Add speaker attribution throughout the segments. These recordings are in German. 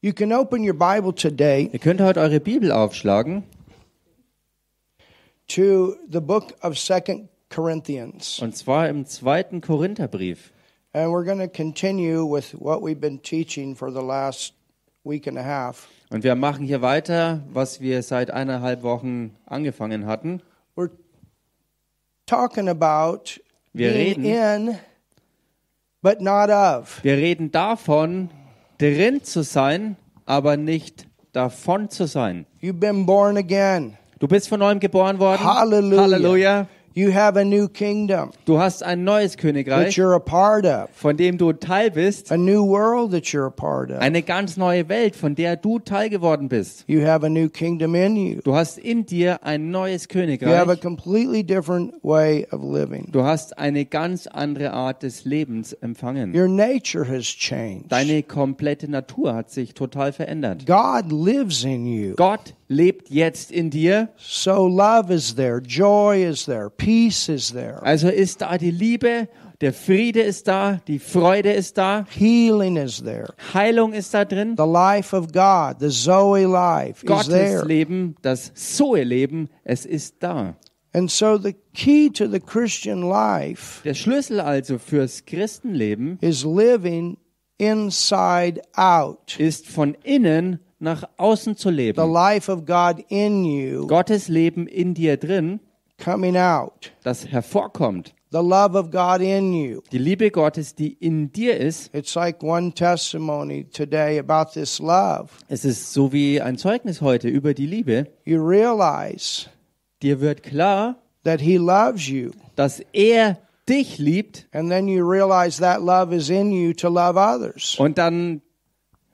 Speaker 1: You can open your Bible today
Speaker 2: Ihr könnt heute eure Bibel aufschlagen
Speaker 1: to the book of 2 Corinthians.
Speaker 2: und zwar im zweiten Korintherbrief.
Speaker 1: And we're going to continue with what we've been teaching for the last week and a half.
Speaker 2: Und wir machen hier weiter, was wir seit eineinhalb Wochen angefangen hatten.
Speaker 1: We're talking about
Speaker 2: Wir
Speaker 1: being
Speaker 2: reden.
Speaker 1: in, but not of.
Speaker 2: Wir reden davon, drin zu sein, aber nicht davon zu sein.
Speaker 1: You've been born again.
Speaker 2: Du bist von neuem geboren worden.
Speaker 1: Hallelujah.
Speaker 2: Halleluja.
Speaker 1: You have a new kingdom
Speaker 2: Du hast ein neues
Speaker 1: that
Speaker 2: Königreich,
Speaker 1: you're a part of,
Speaker 2: von dem du Teil bist.
Speaker 1: a new world that you're a part of.
Speaker 2: Eine ganz neue Welt, von der du Teil geworden bist.
Speaker 1: You have a new kingdom in you.
Speaker 2: Du hast in dir ein neues
Speaker 1: You have a
Speaker 2: Königreich.
Speaker 1: completely different way of living.
Speaker 2: Du hast eine ganz andere Art des Lebens empfangen.
Speaker 1: Your nature has changed.
Speaker 2: Deine komplette Natur hat sich total verändert.
Speaker 1: God lives in you.
Speaker 2: Gott lebt jetzt in dir,
Speaker 1: So love is there, joy is there, peace is there,
Speaker 2: also ist da die Liebe, der Friede ist da, die Freude ist da,
Speaker 1: healing is there.
Speaker 2: Heilung ist da drin,
Speaker 1: The life of God, the Zoe life is
Speaker 2: Gottes
Speaker 1: there.
Speaker 2: Leben, das Zoe-Leben, es ist da.
Speaker 1: And so the key to the Christian life
Speaker 2: Der Schlüssel also fürs Christenleben
Speaker 1: is living inside out.
Speaker 2: ist von innen nach außen zu
Speaker 1: The
Speaker 2: leben.
Speaker 1: life of God in you
Speaker 2: Gottes Leben in dir drin,
Speaker 1: coming out.
Speaker 2: das hervorkommt.
Speaker 1: The love of God in you.
Speaker 2: Die Liebe Gottes, die in dir ist,
Speaker 1: It's like one testimony today about this love.
Speaker 2: es ist so wie ein Zeugnis heute über die Liebe.
Speaker 1: You realize
Speaker 2: Dir wird klar,
Speaker 1: that He loves you,
Speaker 2: dass er dich liebt
Speaker 1: and then you realize that love is in you to love others.
Speaker 2: und dann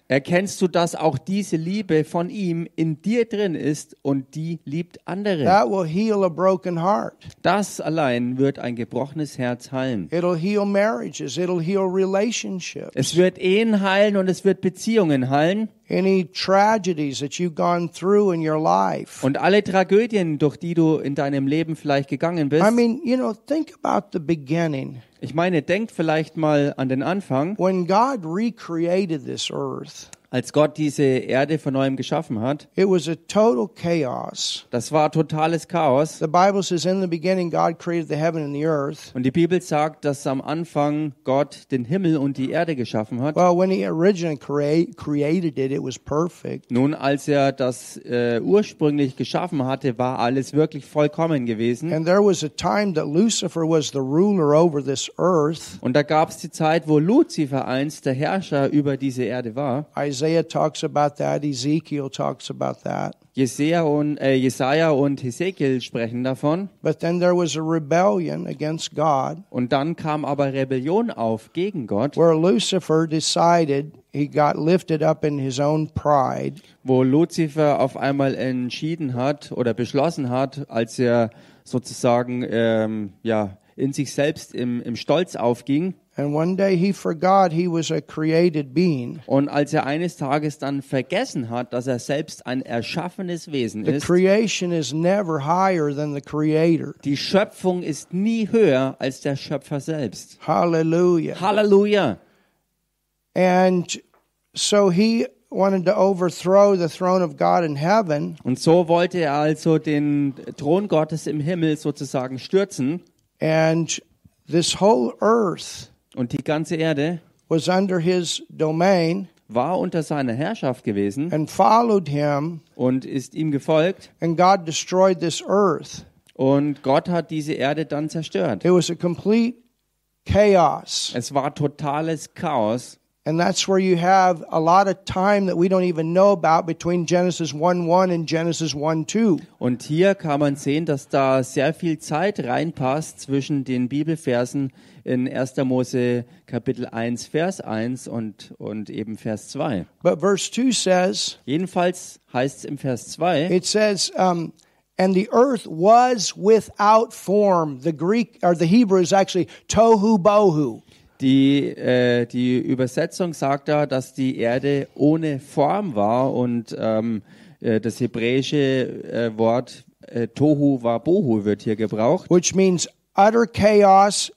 Speaker 2: erkennst du, dass auch diese Liebe von ihm in dir drin ist und die liebt andere.
Speaker 1: That will heal a broken heart.
Speaker 2: Das allein wird ein gebrochenes Herz heilen.
Speaker 1: It'll heal marriages. It'll heal relationships.
Speaker 2: Es wird Ehen heilen und es wird Beziehungen heilen
Speaker 1: Any tragedies that you've gone through in your life.
Speaker 2: und alle Tragödien, durch die du in deinem Leben vielleicht gegangen bist.
Speaker 1: I mean, you know, think about the beginning.
Speaker 2: Ich meine, denk vielleicht mal an den Anfang,
Speaker 1: When God recreated this earth,
Speaker 2: als Gott diese Erde von neuem geschaffen hat.
Speaker 1: It was a total chaos.
Speaker 2: Das war totales Chaos.
Speaker 1: The Bible says, In the beginning, God created the heaven and the earth.
Speaker 2: Und die Bibel sagt, dass am Anfang Gott den Himmel und die Erde geschaffen hat.
Speaker 1: Well, when He originally create, created it, it was perfect.
Speaker 2: Nun, als er das äh, ursprünglich geschaffen hatte, war alles wirklich vollkommen gewesen.
Speaker 1: Mm-hmm. And there was a time that Lucifer was the ruler over this earth.
Speaker 2: Und da gab es die Zeit, wo Luzifer einst der Herrscher über diese Erde war.
Speaker 1: Isaiah talks about that, Ezekiel talks about that.
Speaker 2: Jesaja und, äh, Jesaja und Hesekiel sprechen davon.
Speaker 1: But then there was a rebellion against God
Speaker 2: Und dann kam aber Rebellion auf gegen Gott,
Speaker 1: where Lucifer decided he got lifted up in his own pride.
Speaker 2: wo Luzifer auf einmal entschieden hat oder beschlossen hat, als er sozusagen ähm, ja, in sich selbst im, im Stolz aufging,
Speaker 1: And one day he forgot he was a created being.
Speaker 2: Und als er eines Tages dann vergessen hat, dass er selbst ein erschaffenes Wesen
Speaker 1: The
Speaker 2: ist,
Speaker 1: creation is never higher than the creator.
Speaker 2: die Schöpfung ist nie höher als der Schöpfer selbst.
Speaker 1: Hallelujah.
Speaker 2: Halleluja!
Speaker 1: And so he wanted to overthrow the throne of God in heaven,
Speaker 2: Und so wollte er also den Thron Gottes im Himmel sozusagen stürzen
Speaker 1: and this whole earth
Speaker 2: und die ganze Erde
Speaker 1: was under his domain
Speaker 2: war unter seiner Herrschaft gewesen
Speaker 1: and followed him,
Speaker 2: und ist ihm gefolgt
Speaker 1: and God destroyed this earth.
Speaker 2: und Gott hat diese Erde dann zerstört.
Speaker 1: It was a complete chaos.
Speaker 2: Es war totales Chaos
Speaker 1: And that's where you have a lot of time that we don't even know about between Genesis 1 1 and Genesis 1 2.
Speaker 2: Und hier kann man sehen, dass da sehr viel Zeit reinpasst zwischen den Bibelversen in 1. Mose Kapitel 1, Vers 1 und, und eben Vers 2.
Speaker 1: But verse 2 says,
Speaker 2: Jedenfalls heißt es im Vers 2,
Speaker 1: It says, um, and the earth was without form. The Greek or the Hebrew is actually tohu bohu.
Speaker 2: die, äh, die Übersetzung sagt da, dass die Erde ohne Form war und ähm, äh, das hebräische äh, Wort äh, Tohu wa Bohu wird hier gebraucht.
Speaker 1: which means utter chaos,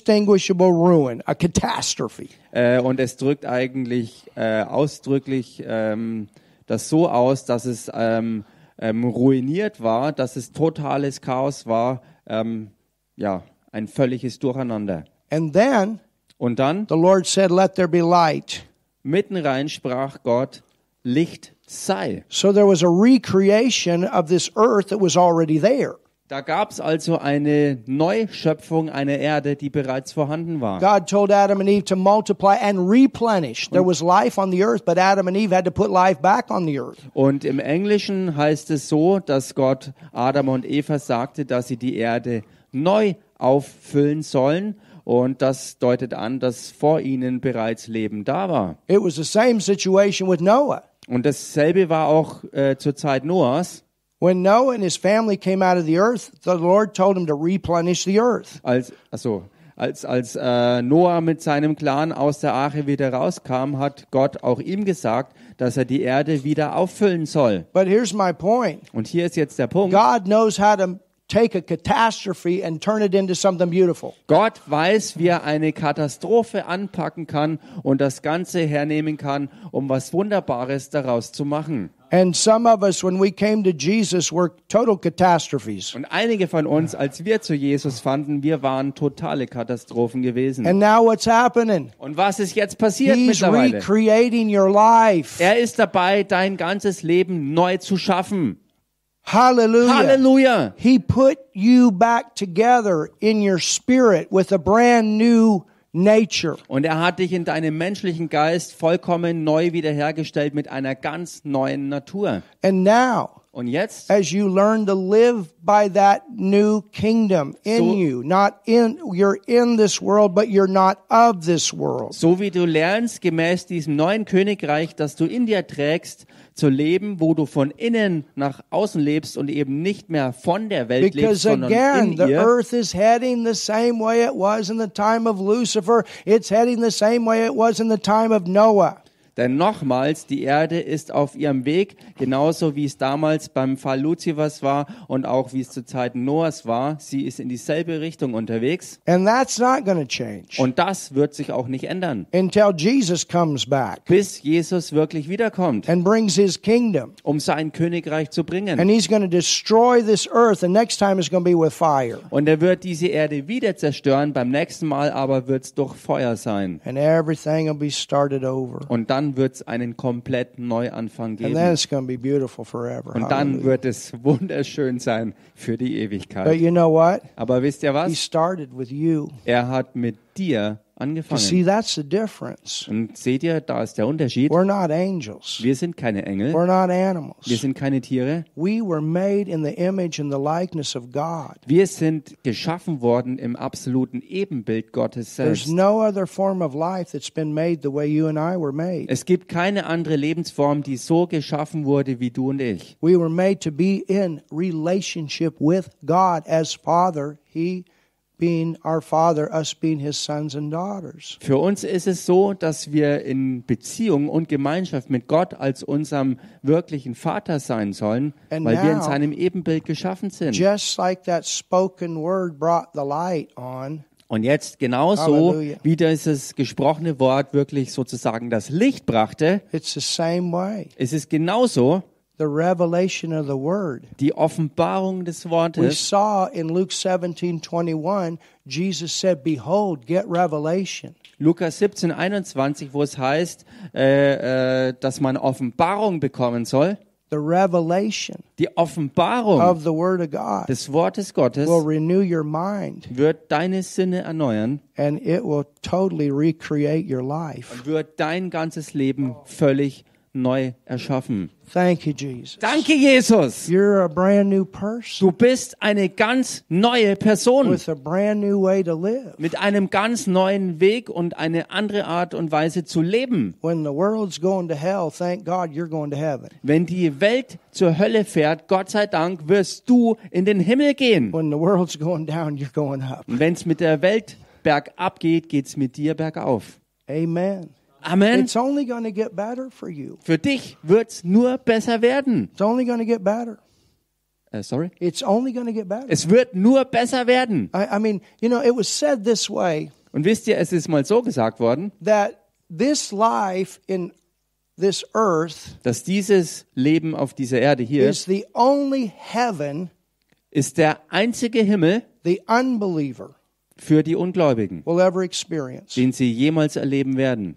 Speaker 1: undistinguishable ruin, a catastrophe.
Speaker 2: Äh, und es drückt eigentlich äh, ausdrücklich ähm, das so aus, dass es ähm, ähm, ruiniert war, dass es totales Chaos war, ähm, ja, ein völliges Durcheinander.
Speaker 1: And then
Speaker 2: Und dann
Speaker 1: the Lord said, Let there be light.
Speaker 2: mitten rein sprach Gott, Licht sei.
Speaker 1: So there was a recreation of this earth that was already there.
Speaker 2: Da gab es also eine Neuschöpfung einer Erde, die bereits vorhanden war.
Speaker 1: God told Adam and Eve to multiply and replenish. There was life on the earth, but Adam and Eve had to put life back on the earth.
Speaker 2: Und im Englischen heißt es so, dass Gott Adam und Eva sagte, dass sie die Erde neu auffüllen sollen. Und das deutet an, dass vor ihnen bereits Leben da war.
Speaker 1: It was the same situation with Noah.
Speaker 2: Und dasselbe war auch äh, zur Zeit Noahs.
Speaker 1: When Noah and his family came out of the earth, the Lord told him to replenish the earth.
Speaker 2: Als, also, als, als äh, Noah mit seinem Clan aus der Arche wieder rauskam, hat Gott auch ihm gesagt, dass er die Erde wieder auffüllen soll.
Speaker 1: But here's my point
Speaker 2: Und hier ist jetzt der Punkt.
Speaker 1: God knows how to take a catastrophe and turn it into something beautiful.
Speaker 2: Gott weiß, wie er eine Katastrophe anpacken kann und das Ganze hernehmen kann, um was Wunderbares daraus zu machen.
Speaker 1: And some of us, when we came to Jesus, were total catastrophes.
Speaker 2: Und einige von uns, als wir zu Jesus fanden, wir waren totale Katastrophen gewesen.
Speaker 1: And now what's happening?
Speaker 2: Und was ist jetzt passiert
Speaker 1: He's
Speaker 2: mittlerweile?
Speaker 1: recreating your life.
Speaker 2: Er ist dabei, dein ganzes Leben neu zu schaffen.
Speaker 1: Hallelujah.
Speaker 2: Halleluja!
Speaker 1: He put you back together in your spirit with a brand new nature.
Speaker 2: Und er hat dich in deinem menschlichen Geist vollkommen neu wiederhergestellt mit einer ganz neuen Natur.
Speaker 1: And now,
Speaker 2: Und jetzt
Speaker 1: as you learn to live by that new kingdom in
Speaker 2: So-
Speaker 1: you, not in, you're in this world, but you're not of this world.
Speaker 2: So wie du lernst, gemäß diesem neuen Königreich, das du in dir trägst, zu leben, wo du von innen nach außen lebst und eben nicht mehr von der Welt lebst,
Speaker 1: Because
Speaker 2: sondern
Speaker 1: again,
Speaker 2: in
Speaker 1: the
Speaker 2: ihr.
Speaker 1: earth is heading the same way it was in the time of Lucifer. It's heading the same way it was in the time of Noah.
Speaker 2: Denn nochmals, die Erde ist auf ihrem Weg, genauso wie es damals beim Fall Luzifers war und auch wie es zu Zeiten Noahs war. Sie ist in dieselbe Richtung unterwegs
Speaker 1: And that's not going to change
Speaker 2: und das wird sich auch nicht ändern,
Speaker 1: until Jesus comes back
Speaker 2: bis Jesus wirklich wiederkommt,
Speaker 1: and brings his kingdom.
Speaker 2: um sein Königreich zu bringen.
Speaker 1: And he's going to destroy this earth, and next time it's going to be with fire.
Speaker 2: Und er wird diese Erde wieder zerstören, beim nächsten Mal aber wird es durch Feuer sein.
Speaker 1: And everything will be started over.
Speaker 2: Und dann wird es einen kompletten Neuanfang
Speaker 1: And then
Speaker 2: geben.
Speaker 1: it's going to be beautiful forever.
Speaker 2: Und dann
Speaker 1: Hallelujah.
Speaker 2: wird es wunderschön sein für die
Speaker 1: But
Speaker 2: Ewigkeit.
Speaker 1: you know what?
Speaker 2: Aber wisst ihr
Speaker 1: He
Speaker 2: was?
Speaker 1: started with you.
Speaker 2: Er hat mit dir
Speaker 1: See,
Speaker 2: angefangen.
Speaker 1: that's the difference.
Speaker 2: Und seht ihr, da ist der Unterschied.
Speaker 1: We're not angels,
Speaker 2: Wir sind keine Engel,
Speaker 1: we're not
Speaker 2: wir
Speaker 1: animals.
Speaker 2: sind keine Tiere.
Speaker 1: We were made in the image and the likeness of God.
Speaker 2: Wir sind geschaffen worden im absoluten Ebenbild Gottes
Speaker 1: There's
Speaker 2: selbst.
Speaker 1: no other form of life that's been made the way you and I were made.
Speaker 2: Es gibt keine andere Lebensform, die so geschaffen wurde wie du und ich.
Speaker 1: We were made to be in relationship with God as Father, He being our Father, us being His sons and daughters.
Speaker 2: Für uns ist es so, dass wir in Beziehung und Gemeinschaft mit Gott als unserem wirklichen Vater sein sollen,
Speaker 1: And
Speaker 2: weil wir in
Speaker 1: now-
Speaker 2: seinem Ebenbild geschaffen sind.
Speaker 1: Just like that spoken word brought the light on,
Speaker 2: Und jetzt genauso,
Speaker 1: Halleluja.
Speaker 2: wie dieses gesprochene Wort wirklich sozusagen das Licht brachte,
Speaker 1: it's the same way.
Speaker 2: ist es genauso
Speaker 1: The revelation of the word.
Speaker 2: die Offenbarung des
Speaker 1: We
Speaker 2: Wortes.
Speaker 1: saw in Luke seventeen twenty one, Jesus said, Behold, get revelation.
Speaker 2: Lukas 17, 21, wo es heißt, äh, äh, dass man Offenbarung bekommen soll.
Speaker 1: The revelation
Speaker 2: Die Offenbarung
Speaker 1: of the word of God
Speaker 2: des Wortes Gottes
Speaker 1: will renew your mind
Speaker 2: wird deine Sinne erneuern.
Speaker 1: and it will totally recreate your life.
Speaker 2: wird dein ganzes Leben völlig neu erschaffen.
Speaker 1: Thank you, Jesus.
Speaker 2: Danke, Jesus.
Speaker 1: You're a brand new person
Speaker 2: Du bist eine ganz neue Person
Speaker 1: with a brand new way to live.
Speaker 2: mit einem ganz neuen Weg und eine andere Art und Weise zu leben.
Speaker 1: When the world's going to hell, thank God you're going to heaven.
Speaker 2: Wenn die Welt zur Hölle fährt, Gott sei Dank wirst du in den Himmel gehen.
Speaker 1: When the world's going down, you're going up.
Speaker 2: Und wenn es mit der Welt bergab geht, geht es mit dir bergauf.
Speaker 1: Amen.
Speaker 2: Amen.
Speaker 1: It's only going to get better for you.
Speaker 2: Für dich wird es nur besser werden.
Speaker 1: It's only going to get better.
Speaker 2: Äh, sorry?
Speaker 1: It's only going to get better.
Speaker 2: Es wird nur besser werden.
Speaker 1: I, I mean, you know, it was said this way
Speaker 2: Und wisst ihr, es ist mal so gesagt worden,
Speaker 1: that this life in this earth
Speaker 2: dass dieses Leben auf dieser Erde hier
Speaker 1: is the only heaven
Speaker 2: ist der einzige Himmel
Speaker 1: the unbeliever
Speaker 2: für die Ungläubigen,
Speaker 1: will ever experience.
Speaker 2: den sie jemals erleben werden.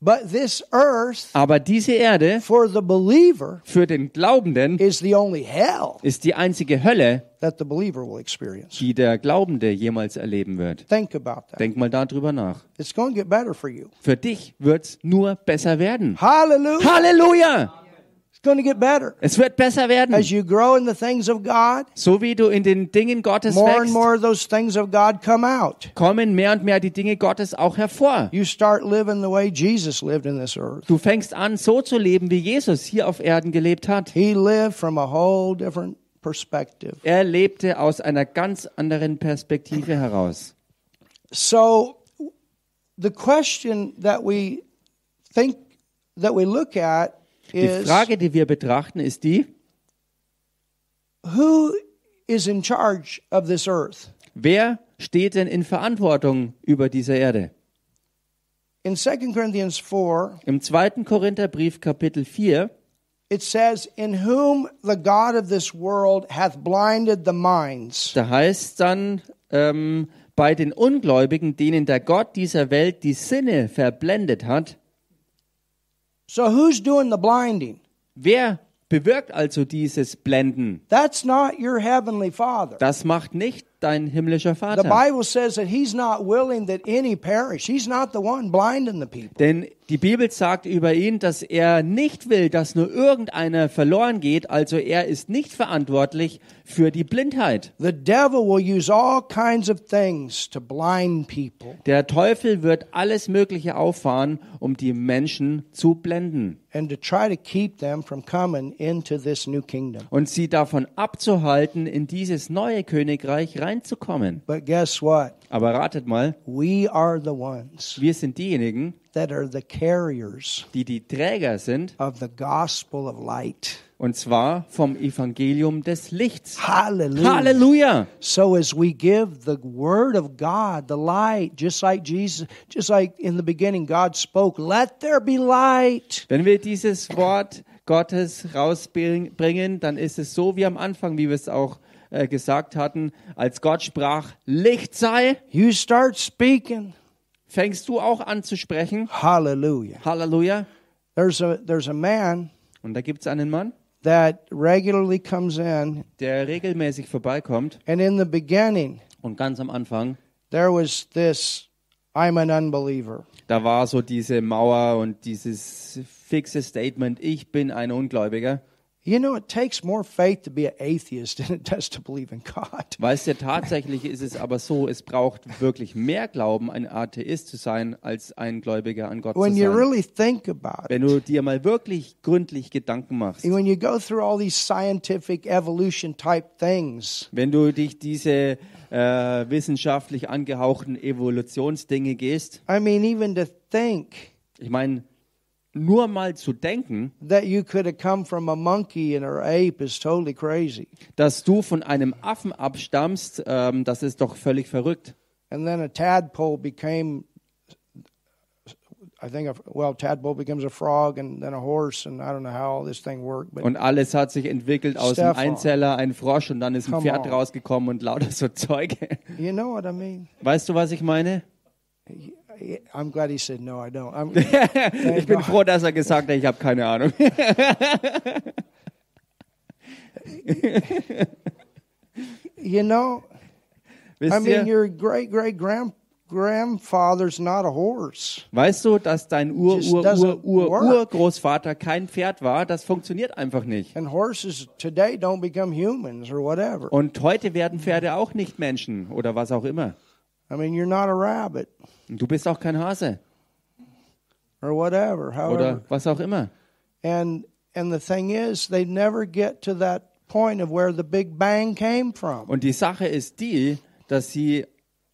Speaker 1: But this earth
Speaker 2: Aber diese Erde
Speaker 1: for the believer
Speaker 2: für den Glaubenden
Speaker 1: is the only hell
Speaker 2: ist die einzige Hölle,
Speaker 1: that the believer will experience.
Speaker 2: die der Glaubende jemals erleben wird.
Speaker 1: Think about that.
Speaker 2: Denk mal darüber nach.
Speaker 1: It's going to get better for you.
Speaker 2: Für dich wird's nur besser werden.
Speaker 1: Hallelujah.
Speaker 2: Halleluja!
Speaker 1: It's going to get better.
Speaker 2: Es wird besser werden.
Speaker 1: As you grow in the things of God,
Speaker 2: So wie du in den Dingen Gottes
Speaker 1: more and
Speaker 2: wächst,
Speaker 1: more of those things of God come out.
Speaker 2: kommen mehr und mehr die Dinge Gottes auch hervor.
Speaker 1: You start living the way Jesus lived in this earth.
Speaker 2: Du fängst an, so zu leben, wie Jesus hier auf Erden gelebt hat.
Speaker 1: He lived from a whole different perspective.
Speaker 2: Er lebte aus einer ganz anderen Perspektive heraus.
Speaker 1: So the question that we think that we look at
Speaker 2: Die
Speaker 1: is
Speaker 2: Frage, die wir betrachten, ist die,
Speaker 1: who is in charge of this earth?
Speaker 2: wer steht denn in Verantwortung über diese Erde?
Speaker 1: In 2 Corinthians 4,
Speaker 2: Im 2. Korintherbrief Kapitel 4
Speaker 1: it says, In whom the God of this world hath blinded the minds.
Speaker 2: Da heißt dann ähm, bei den Ungläubigen, denen der Gott dieser Welt die Sinne verblendet hat,
Speaker 1: So who's doing the blinding?
Speaker 2: wer bewirkt also dieses Blenden?
Speaker 1: That's not your heavenly Father.
Speaker 2: Das macht nicht dein himmlischer
Speaker 1: The
Speaker 2: Vater.
Speaker 1: Bible says that He's not willing that any perish. He's not the one blinding the people.
Speaker 2: Denn die Bibel sagt über ihn, dass er nicht will, dass nur irgendeiner verloren geht, also er ist nicht verantwortlich für die Blindheit.
Speaker 1: The devil will use all kinds of things to blind people.
Speaker 2: Der Teufel wird alles Mögliche auffahren, um die Menschen zu blenden.
Speaker 1: and to try to keep them from coming into this new kingdom.
Speaker 2: und sie davon abzuhalten, in dieses neue Königreich reinzukommen.
Speaker 1: But guess what?
Speaker 2: Aber ratet mal,
Speaker 1: We are the ones
Speaker 2: wir sind diejenigen,
Speaker 1: that are the carriers
Speaker 2: die die Träger sind,
Speaker 1: of the gospel of light.
Speaker 2: und zwar vom Evangelium des Lichts.
Speaker 1: Hallelujah.
Speaker 2: Halleluja!
Speaker 1: So as we give the word of God, the light, just like Jesus, just like in the beginning God spoke, let there be light.
Speaker 2: Wenn wir dieses Wort Gottes rausbringen, dann ist es so wie am Anfang, wie wir es auch äh, gesagt hatten, als Gott sprach, Licht sei,
Speaker 1: You start speaking.
Speaker 2: fängst du auch an zu sprechen.
Speaker 1: Hallelujah.
Speaker 2: Halleluja!
Speaker 1: There's a there's a man
Speaker 2: Und da gibt es einen Mann,
Speaker 1: that regularly comes in
Speaker 2: der regelmäßig vorbeikommt
Speaker 1: and in the beginning
Speaker 2: und ganz am Anfang
Speaker 1: there was this I'm an unbeliever.
Speaker 2: Da war so diese Mauer und dieses fixe Statement, ich bin ein Ungläubiger.
Speaker 1: You know, it takes more faith to be an atheist than it does to believe in God.
Speaker 2: Weißt du, tatsächlich ist es aber so, es braucht wirklich mehr Glauben, ein Atheist zu sein, als ein Gläubiger an Gott
Speaker 1: When
Speaker 2: zu
Speaker 1: you
Speaker 2: sein.
Speaker 1: really think about it,
Speaker 2: Wenn du dir mal wirklich gründlich Gedanken machst,
Speaker 1: when you go through all these scientific evolution type things,
Speaker 2: wenn du dich diese äh, wissenschaftlich angehauchten Evolutionsdinge gehst,
Speaker 1: I mean, even to think
Speaker 2: ich meine, nur mal zu denken,
Speaker 1: that you could have come from a monkey and or ape is totally crazy.
Speaker 2: dass du von einem Affen abstammst, ähm, das ist doch völlig verrückt.
Speaker 1: And then a tadpole became, I think, a, well, tadpole becomes a frog and then a horse, and I don't know how all this thing worked, but
Speaker 2: Und alles hat sich entwickelt aus einem
Speaker 1: Stefan.
Speaker 2: Einzeller, ein Frosch und dann ist ein
Speaker 1: Come
Speaker 2: Pferd
Speaker 1: on.
Speaker 2: rausgekommen und lauter so Zeug.
Speaker 1: you know what I mean.
Speaker 2: Weißt du, was ich meine?
Speaker 1: I'm glad he said no. I don't. I'm,
Speaker 2: Ich bin froh, dass er gesagt hat, ich habe keine Ahnung.
Speaker 1: you know, I
Speaker 2: Wisst
Speaker 1: mean,
Speaker 2: ihr,
Speaker 1: your great great grand grandfather's not a horse.
Speaker 2: weißt du, dass dein Ur,
Speaker 1: Just
Speaker 2: Ur,
Speaker 1: doesn't
Speaker 2: Ur, Ur,
Speaker 1: work.
Speaker 2: Urgroßvater kein Pferd war? Das funktioniert einfach nicht.
Speaker 1: And horses today don't become humans or whatever.
Speaker 2: Und heute
Speaker 1: Mhm.
Speaker 2: werden Pferde auch nicht Menschen oder was auch immer.
Speaker 1: I mean, you're not a rabbit
Speaker 2: Und du bist auch kein Hase
Speaker 1: or whatever. However,
Speaker 2: oder was auch immer.
Speaker 1: and and the thing is, they never get to that point of where the Big Bang came from.
Speaker 2: Und die Sache ist die, dass sie,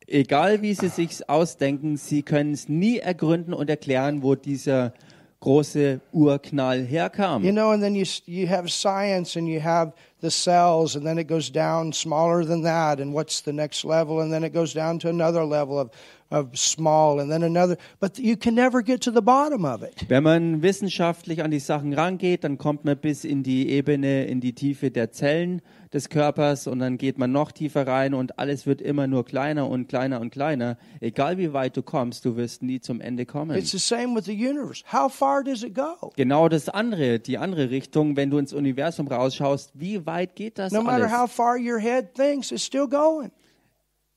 Speaker 2: egal wie sie sich's ausdenken, sie können es nie ergründen und erklären, wo dieser große Urknall herkam.
Speaker 1: You know, and then you s- you have science, and you have the cells, and then it goes down smaller than that, and what's the next level, and then it goes down to another level of of small, and then another. But you can never get to the bottom of it.
Speaker 2: Wenn man wissenschaftlich an die Sachen rangeht, dann kommt man bis in die Ebene, in die Tiefe der Zellen des Körpers und dann geht man noch tiefer rein und alles wird immer nur kleiner und kleiner und kleiner. Egal wie weit du kommst, du wirst nie zum Ende kommen.
Speaker 1: It's the same with the universe. How far does it go?
Speaker 2: genau das andere, die andere Richtung, wenn du ins Universum rausschaust, wie weit geht das
Speaker 1: No matter
Speaker 2: alles?
Speaker 1: how far your head thinks, it's still going.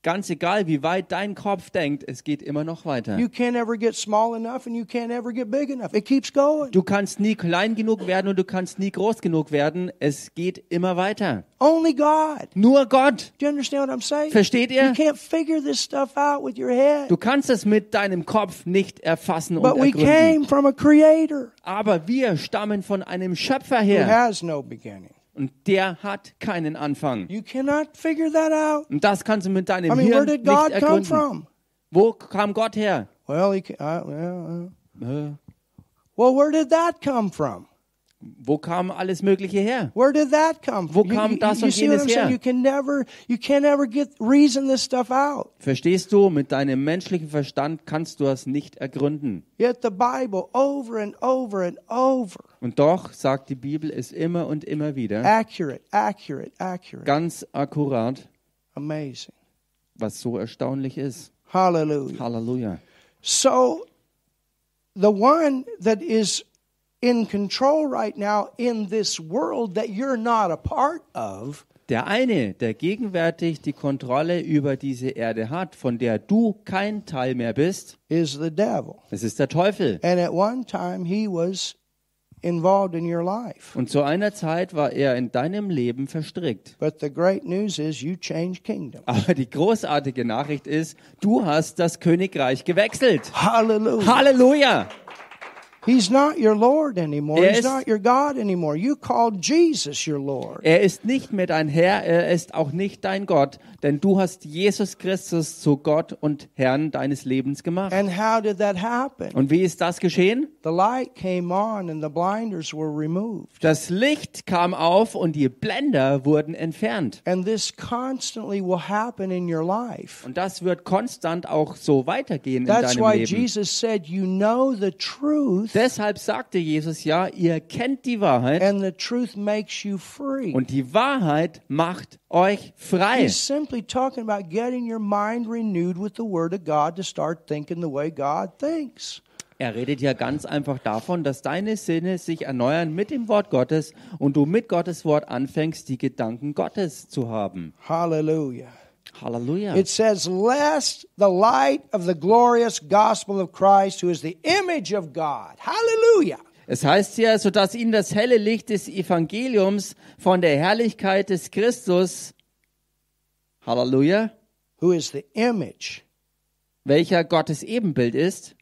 Speaker 2: Ganz egal, wie weit dein Kopf denkt, es geht immer noch weiter.
Speaker 1: You can't ever get small enough, and you can't ever get big enough. It keeps going.
Speaker 2: Du kannst nie klein genug werden und du kannst nie groß genug werden. Es geht immer weiter.
Speaker 1: Only God.
Speaker 2: Nur Gott.
Speaker 1: Do you understand what I'm saying?
Speaker 2: Versteht ihr?
Speaker 1: You can't figure this stuff out with your head.
Speaker 2: Du kannst es mit deinem Kopf nicht erfassen und
Speaker 1: But we
Speaker 2: ergründen.
Speaker 1: came from a creator
Speaker 2: Aber wir stammen von einem Schöpfer
Speaker 1: who
Speaker 2: her
Speaker 1: has no beginning.
Speaker 2: und der hat keinen Anfang.
Speaker 1: You cannot figure that out.
Speaker 2: Und das kannst du mit deinem
Speaker 1: I mean, where
Speaker 2: Hirn
Speaker 1: did
Speaker 2: nicht
Speaker 1: God come
Speaker 2: ergründen.
Speaker 1: from?
Speaker 2: Wo kam Gott her?
Speaker 1: Well, he, ca- uh, well, uh,
Speaker 2: Äh,
Speaker 1: well, where did that come from?
Speaker 2: Wo kam alles Mögliche her?
Speaker 1: Where did that come
Speaker 2: Wo
Speaker 1: from? You-
Speaker 2: kam
Speaker 1: you,
Speaker 2: das
Speaker 1: you
Speaker 2: und
Speaker 1: see what
Speaker 2: jenes
Speaker 1: I'm saying?
Speaker 2: her?
Speaker 1: You can never, you can never get reason this stuff out.
Speaker 2: Verstehst du, mit deinem menschlichen Verstand kannst du es nicht ergründen.
Speaker 1: Yet the Bible, over and over and over,
Speaker 2: Und doch sagt die Bibel es immer und immer wieder,
Speaker 1: accurate, accurate, accurate,
Speaker 2: ganz akkurat,
Speaker 1: amazing.
Speaker 2: was so erstaunlich ist.
Speaker 1: Hallelujah.
Speaker 2: Halleluja.
Speaker 1: So, the one that is in control right now in this world that you're not a part of
Speaker 2: Der eine, der gegenwärtig die Kontrolle über diese Erde hat, von der du kein Teil mehr bist,
Speaker 1: is the devil.
Speaker 2: es ist der Teufel.
Speaker 1: And at one time, he was involved in your life.
Speaker 2: Und zu einer Zeit war er in deinem Leben verstrickt.
Speaker 1: But the great news is you changed kingdom.
Speaker 2: Aber die großartige Nachricht ist, du hast das Königreich gewechselt.
Speaker 1: Hallelujah.
Speaker 2: Halleluja!
Speaker 1: He's not your Lord anymore.
Speaker 2: Er
Speaker 1: He's
Speaker 2: ist-
Speaker 1: not your God anymore. You called Jesus your Lord.
Speaker 2: Er ist nicht mehr dein Herr, er ist auch nicht dein Gott, denn du hast Jesus Christus zu Gott und Herrn deines Lebens gemacht.
Speaker 1: And how did that happen?
Speaker 2: Und wie ist das geschehen?
Speaker 1: The light came on and the blinders were removed.
Speaker 2: Das Licht kam auf und die Blender wurden entfernt.
Speaker 1: And this constantly will happen in your life.
Speaker 2: Und das wird konstant auch so weitergehen in
Speaker 1: That's
Speaker 2: deinem
Speaker 1: why
Speaker 2: Leben.
Speaker 1: Jesus said, You know the truth,
Speaker 2: Deshalb sagte Jesus ja, ihr kennt die Wahrheit
Speaker 1: and the truth makes you free.
Speaker 2: und die Wahrheit macht euch frei.
Speaker 1: He's simply talking about getting your mind renewed with the Word of God to start thinking the way God thinks.
Speaker 2: Er redet ja ganz einfach davon, dass deine Sinne sich erneuern mit dem Wort Gottes und du mit Gottes Wort anfängst, die Gedanken Gottes zu haben.
Speaker 1: Hallelujah.
Speaker 2: Halleluja.
Speaker 1: It says, Lest the light of the glorious gospel of Christ, who is the image of God. Hallelujah.
Speaker 2: Es heißt hier, so dass ihnen das helle Licht des Evangeliums von der Herrlichkeit des Christus, Halleluja,
Speaker 1: Who is the image.
Speaker 2: welcher Gottes Ebenbild ist,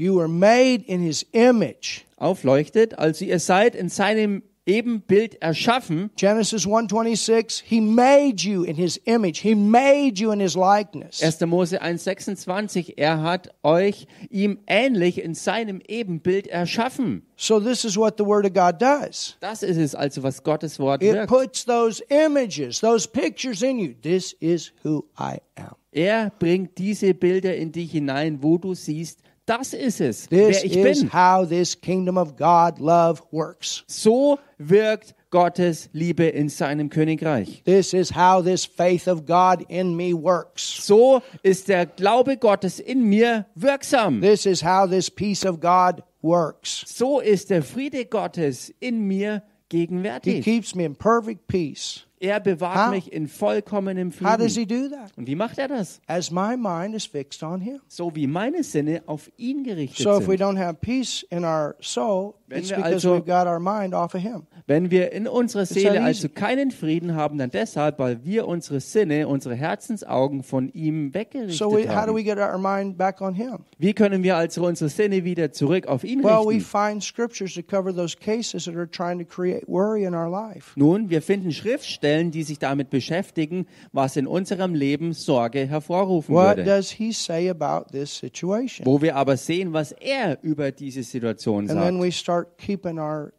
Speaker 1: You were made in his image.
Speaker 2: aufleuchtet. Also ihr seid in seinem Ebenbild erschaffen.
Speaker 1: Genesis 1:26, he made you in his image. He made you in his likeness.
Speaker 2: 1. Mose 1,26, er hat euch ihm ähnlich in seinem Ebenbild erschaffen.
Speaker 1: So this is what the word of God does.
Speaker 2: Das ist es also, was Gottes Wort
Speaker 1: It
Speaker 2: wirkt.
Speaker 1: puts those images, those pictures in you. This is who I am.
Speaker 2: Er bringt diese Bilder in dich hinein, wo du siehst, das ist es,
Speaker 1: This
Speaker 2: wer ich
Speaker 1: is
Speaker 2: bin.
Speaker 1: how this kingdom of God love works.
Speaker 2: So wirkt Gottes Liebe in seinem Königreich.
Speaker 1: This is how this faith of God in me works.
Speaker 2: So ist der Glaube Gottes in mir wirksam.
Speaker 1: This is how this peace of God works.
Speaker 2: So ist der Friede Gottes in mir
Speaker 1: He
Speaker 2: gegenwärtig.
Speaker 1: keeps me in perfect peace.
Speaker 2: Er bewahrt
Speaker 1: How?
Speaker 2: mich in vollkommenem
Speaker 1: How does
Speaker 2: Frieden.
Speaker 1: he do that?
Speaker 2: Und wie macht er das?
Speaker 1: As my mind is fixed on him.
Speaker 2: So wie meine Sinne auf ihn gerichtet
Speaker 1: So if we
Speaker 2: sind.
Speaker 1: don't have peace in our soul,
Speaker 2: Wenn
Speaker 1: it's
Speaker 2: wir
Speaker 1: because
Speaker 2: also-
Speaker 1: we've got our mind off of Him.
Speaker 2: Wenn wir in unserer
Speaker 1: halt
Speaker 2: Seele
Speaker 1: easy.
Speaker 2: also keinen Frieden haben, dann deshalb, weil wir unsere Sinne, unsere Herzensaugen von ihm weggerichtet
Speaker 1: So we, how do
Speaker 2: haben.
Speaker 1: we get our mind back on Him?
Speaker 2: Wie können wir also unsere Sinne wieder zurück auf ihn
Speaker 1: Well, we
Speaker 2: richten?
Speaker 1: find scriptures to cover those cases that are trying to create worry in our life.
Speaker 2: Nun, wir finden Schriftstellen, stellen, die sich damit beschäftigen, was in unserem Leben Sorge hervorrufen
Speaker 1: What
Speaker 2: würde.
Speaker 1: does he say about this situation?
Speaker 2: Wo wir aber sehen, was er über diese Situation
Speaker 1: And then
Speaker 2: sagt.
Speaker 1: we start keeping our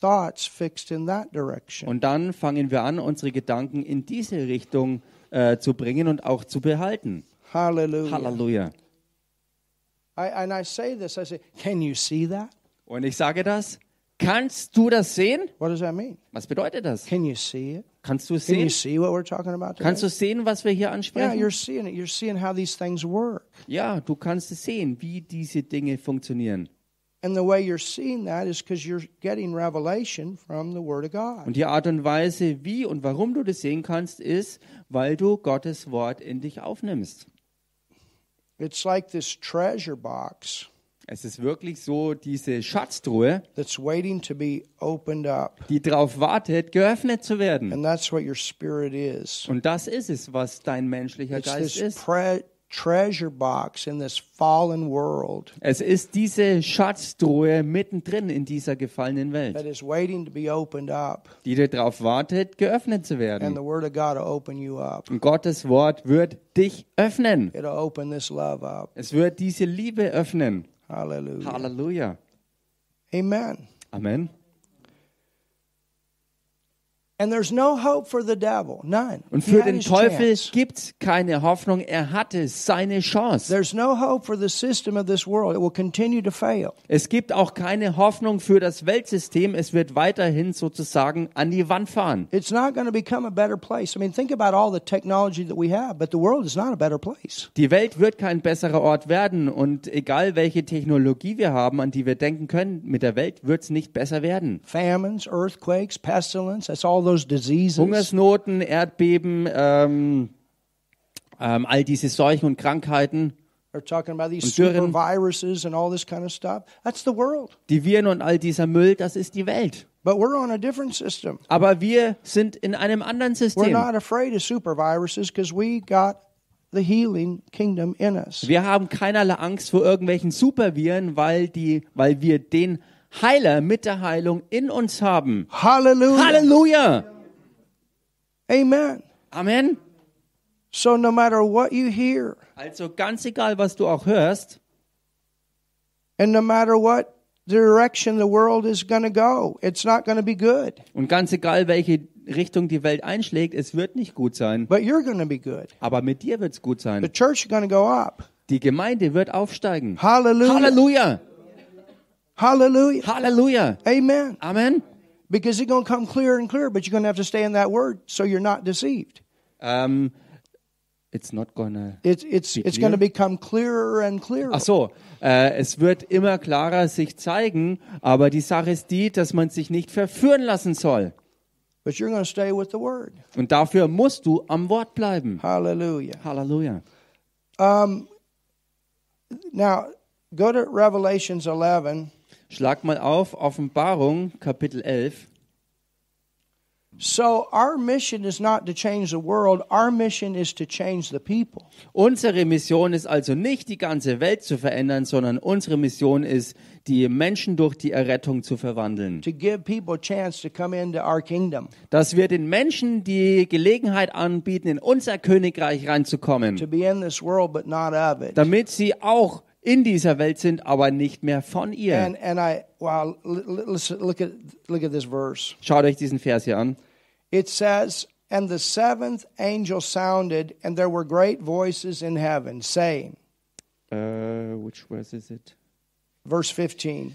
Speaker 1: thoughts fixed in that direction.
Speaker 2: Und dann fangen wir an, unsere Gedanken in diese Richtung äh, zu bringen und auch zu behalten.
Speaker 1: Hallelujah.
Speaker 2: Halleluja.
Speaker 1: I, and I say this, I say, can you see that?
Speaker 2: Und ich sage das, kannst du das sehen?
Speaker 1: What does that mean?
Speaker 2: Was bedeutet das?
Speaker 1: Can you see it?
Speaker 2: Kannst du
Speaker 1: Can you
Speaker 2: sehen?
Speaker 1: see what we're talking about today?
Speaker 2: Kannst du sehen, was wir hier
Speaker 1: yeah,
Speaker 2: ansprechen?
Speaker 1: you're seeing it. You're seeing how these things work.
Speaker 2: Ja, du kannst es sehen, wie diese Dinge funktionieren.
Speaker 1: And the way you're seeing that is because you're getting revelation from the Word of God.
Speaker 2: Und die Art und Weise, wie und warum du das sehen kannst, ist, weil du Gottes Wort in dich aufnimmst.
Speaker 1: It's like this treasure box
Speaker 2: Es ist wirklich so diese Schatztruhe,
Speaker 1: that's waiting to be opened up.
Speaker 2: die darauf wartet, geöffnet zu werden.
Speaker 1: And that's what your spirit is.
Speaker 2: Und das ist es, was dein menschlicher
Speaker 1: It's
Speaker 2: Geist
Speaker 1: this
Speaker 2: ist.
Speaker 1: pre- treasure box in this fallen world
Speaker 2: Es ist diese Schatztruhe mittendrin in dieser gefallenen
Speaker 1: that
Speaker 2: Welt,
Speaker 1: is waiting to be opened up.
Speaker 2: die darauf wartet, geöffnet zu
Speaker 1: And
Speaker 2: werden.
Speaker 1: the Word of God will open you up,
Speaker 2: Und Gottes Wort wird dich öffnen.
Speaker 1: it'll open this love up.
Speaker 2: Es wird diese Liebe öffnen.
Speaker 1: Hallelujah.
Speaker 2: Halleluja.
Speaker 1: Amen.
Speaker 2: Amen.
Speaker 1: And there's no hope for the devil. None.
Speaker 2: Und
Speaker 1: He
Speaker 2: für
Speaker 1: had
Speaker 2: den
Speaker 1: his
Speaker 2: Teufel
Speaker 1: chance.
Speaker 2: gibt's keine Hoffnung. Er hatte seine Chance.
Speaker 1: There's no hope for the system of this world. It will continue to fail.
Speaker 2: Es gibt auch keine Hoffnung für das Weltsystem. Es wird weiterhin sozusagen an die Wand fahren.
Speaker 1: It's not going to become a better place. I mean, think about all the technology that we have, but the world is not a better place.
Speaker 2: Die Welt wird kein besserer Ort werden. Und egal welche Technologie wir haben, an die wir denken können, mit der Welt wird's nicht besser werden.
Speaker 1: Famines, earthquakes, pestilence, that's all those diseases.
Speaker 2: Hungersnoten, Erdbeben, ähm, ähm, all diese Seuchen und Krankheiten,
Speaker 1: They're talking about these
Speaker 2: Und Dürren.
Speaker 1: super viruses and all this kind of stuff. That's the world.
Speaker 2: die Viren und all dieser Müll, das ist die Welt.
Speaker 1: But we're on a different system.
Speaker 2: Aber wir sind in einem anderen
Speaker 1: We're
Speaker 2: System.
Speaker 1: not afraid of super viruses because we got the healing kingdom in us.
Speaker 2: Wir haben keinerlei Angst vor irgendwelchen Superviren, weil, die, weil wir den Heiler mit der Heilung in uns haben.
Speaker 1: Hallelujah.
Speaker 2: Halleluja!
Speaker 1: Amen.
Speaker 2: Amen.
Speaker 1: So no matter what you hear,
Speaker 2: Also ganz egal, was du auch hörst
Speaker 1: And no matter what direction the world is going to go, it's not going to be good.
Speaker 2: und ganz egal, welche Richtung die Welt einschlägt, es wird nicht gut sein.
Speaker 1: But you're going to be good.
Speaker 2: Aber mit dir wird es gut
Speaker 1: The
Speaker 2: sein.
Speaker 1: church is going to go up.
Speaker 2: Die Gemeinde wird aufsteigen.
Speaker 1: Hallelujah.
Speaker 2: Halleluja!
Speaker 1: Hallelujah.
Speaker 2: Halleluja!
Speaker 1: Amen.
Speaker 2: Amen.
Speaker 1: Because it's going to come clearer and clearer, but you're going to have to stay in that word so you're not deceived.
Speaker 2: Ähm, it's not gonna
Speaker 1: It's it's
Speaker 2: Be
Speaker 1: it's going to
Speaker 2: clear?
Speaker 1: become clearer and clearer.
Speaker 2: Ach so, äh, es wird immer klarer sich zeigen, aber die Sache ist die, dass man sich nicht verführen lassen soll.
Speaker 1: But you're going to stay with the word.
Speaker 2: Und dafür musst du am Wort bleiben.
Speaker 1: Hallelujah. Um,
Speaker 2: Halleluja.
Speaker 1: Now, go to Revelations 11.
Speaker 2: Schlag mal auf, Offenbarung, Kapitel 11.
Speaker 1: So, our mission is not to change the world, our mission is to change the people.
Speaker 2: Unsere Mission ist also nicht, die ganze Welt zu verändern, sondern unsere Mission ist, die Menschen durch die Errettung zu verwandeln.
Speaker 1: to give people a chance to come into our kingdom,
Speaker 2: Dass wir den Menschen die Gelegenheit anbieten, in unser Königreich
Speaker 1: to
Speaker 2: reinzukommen,
Speaker 1: be in this world but not of it.
Speaker 2: damit sie auch in dieser Welt sind, aber nicht mehr von ihr.
Speaker 1: And and I well, l- l- listen, look at look at this verse.
Speaker 2: Schaut euch diesen Vers hier an.
Speaker 1: It says, "And the seventh angel sounded, and there were great voices in heaven, saying."
Speaker 2: Uh, which verse is it?
Speaker 1: Verse 15.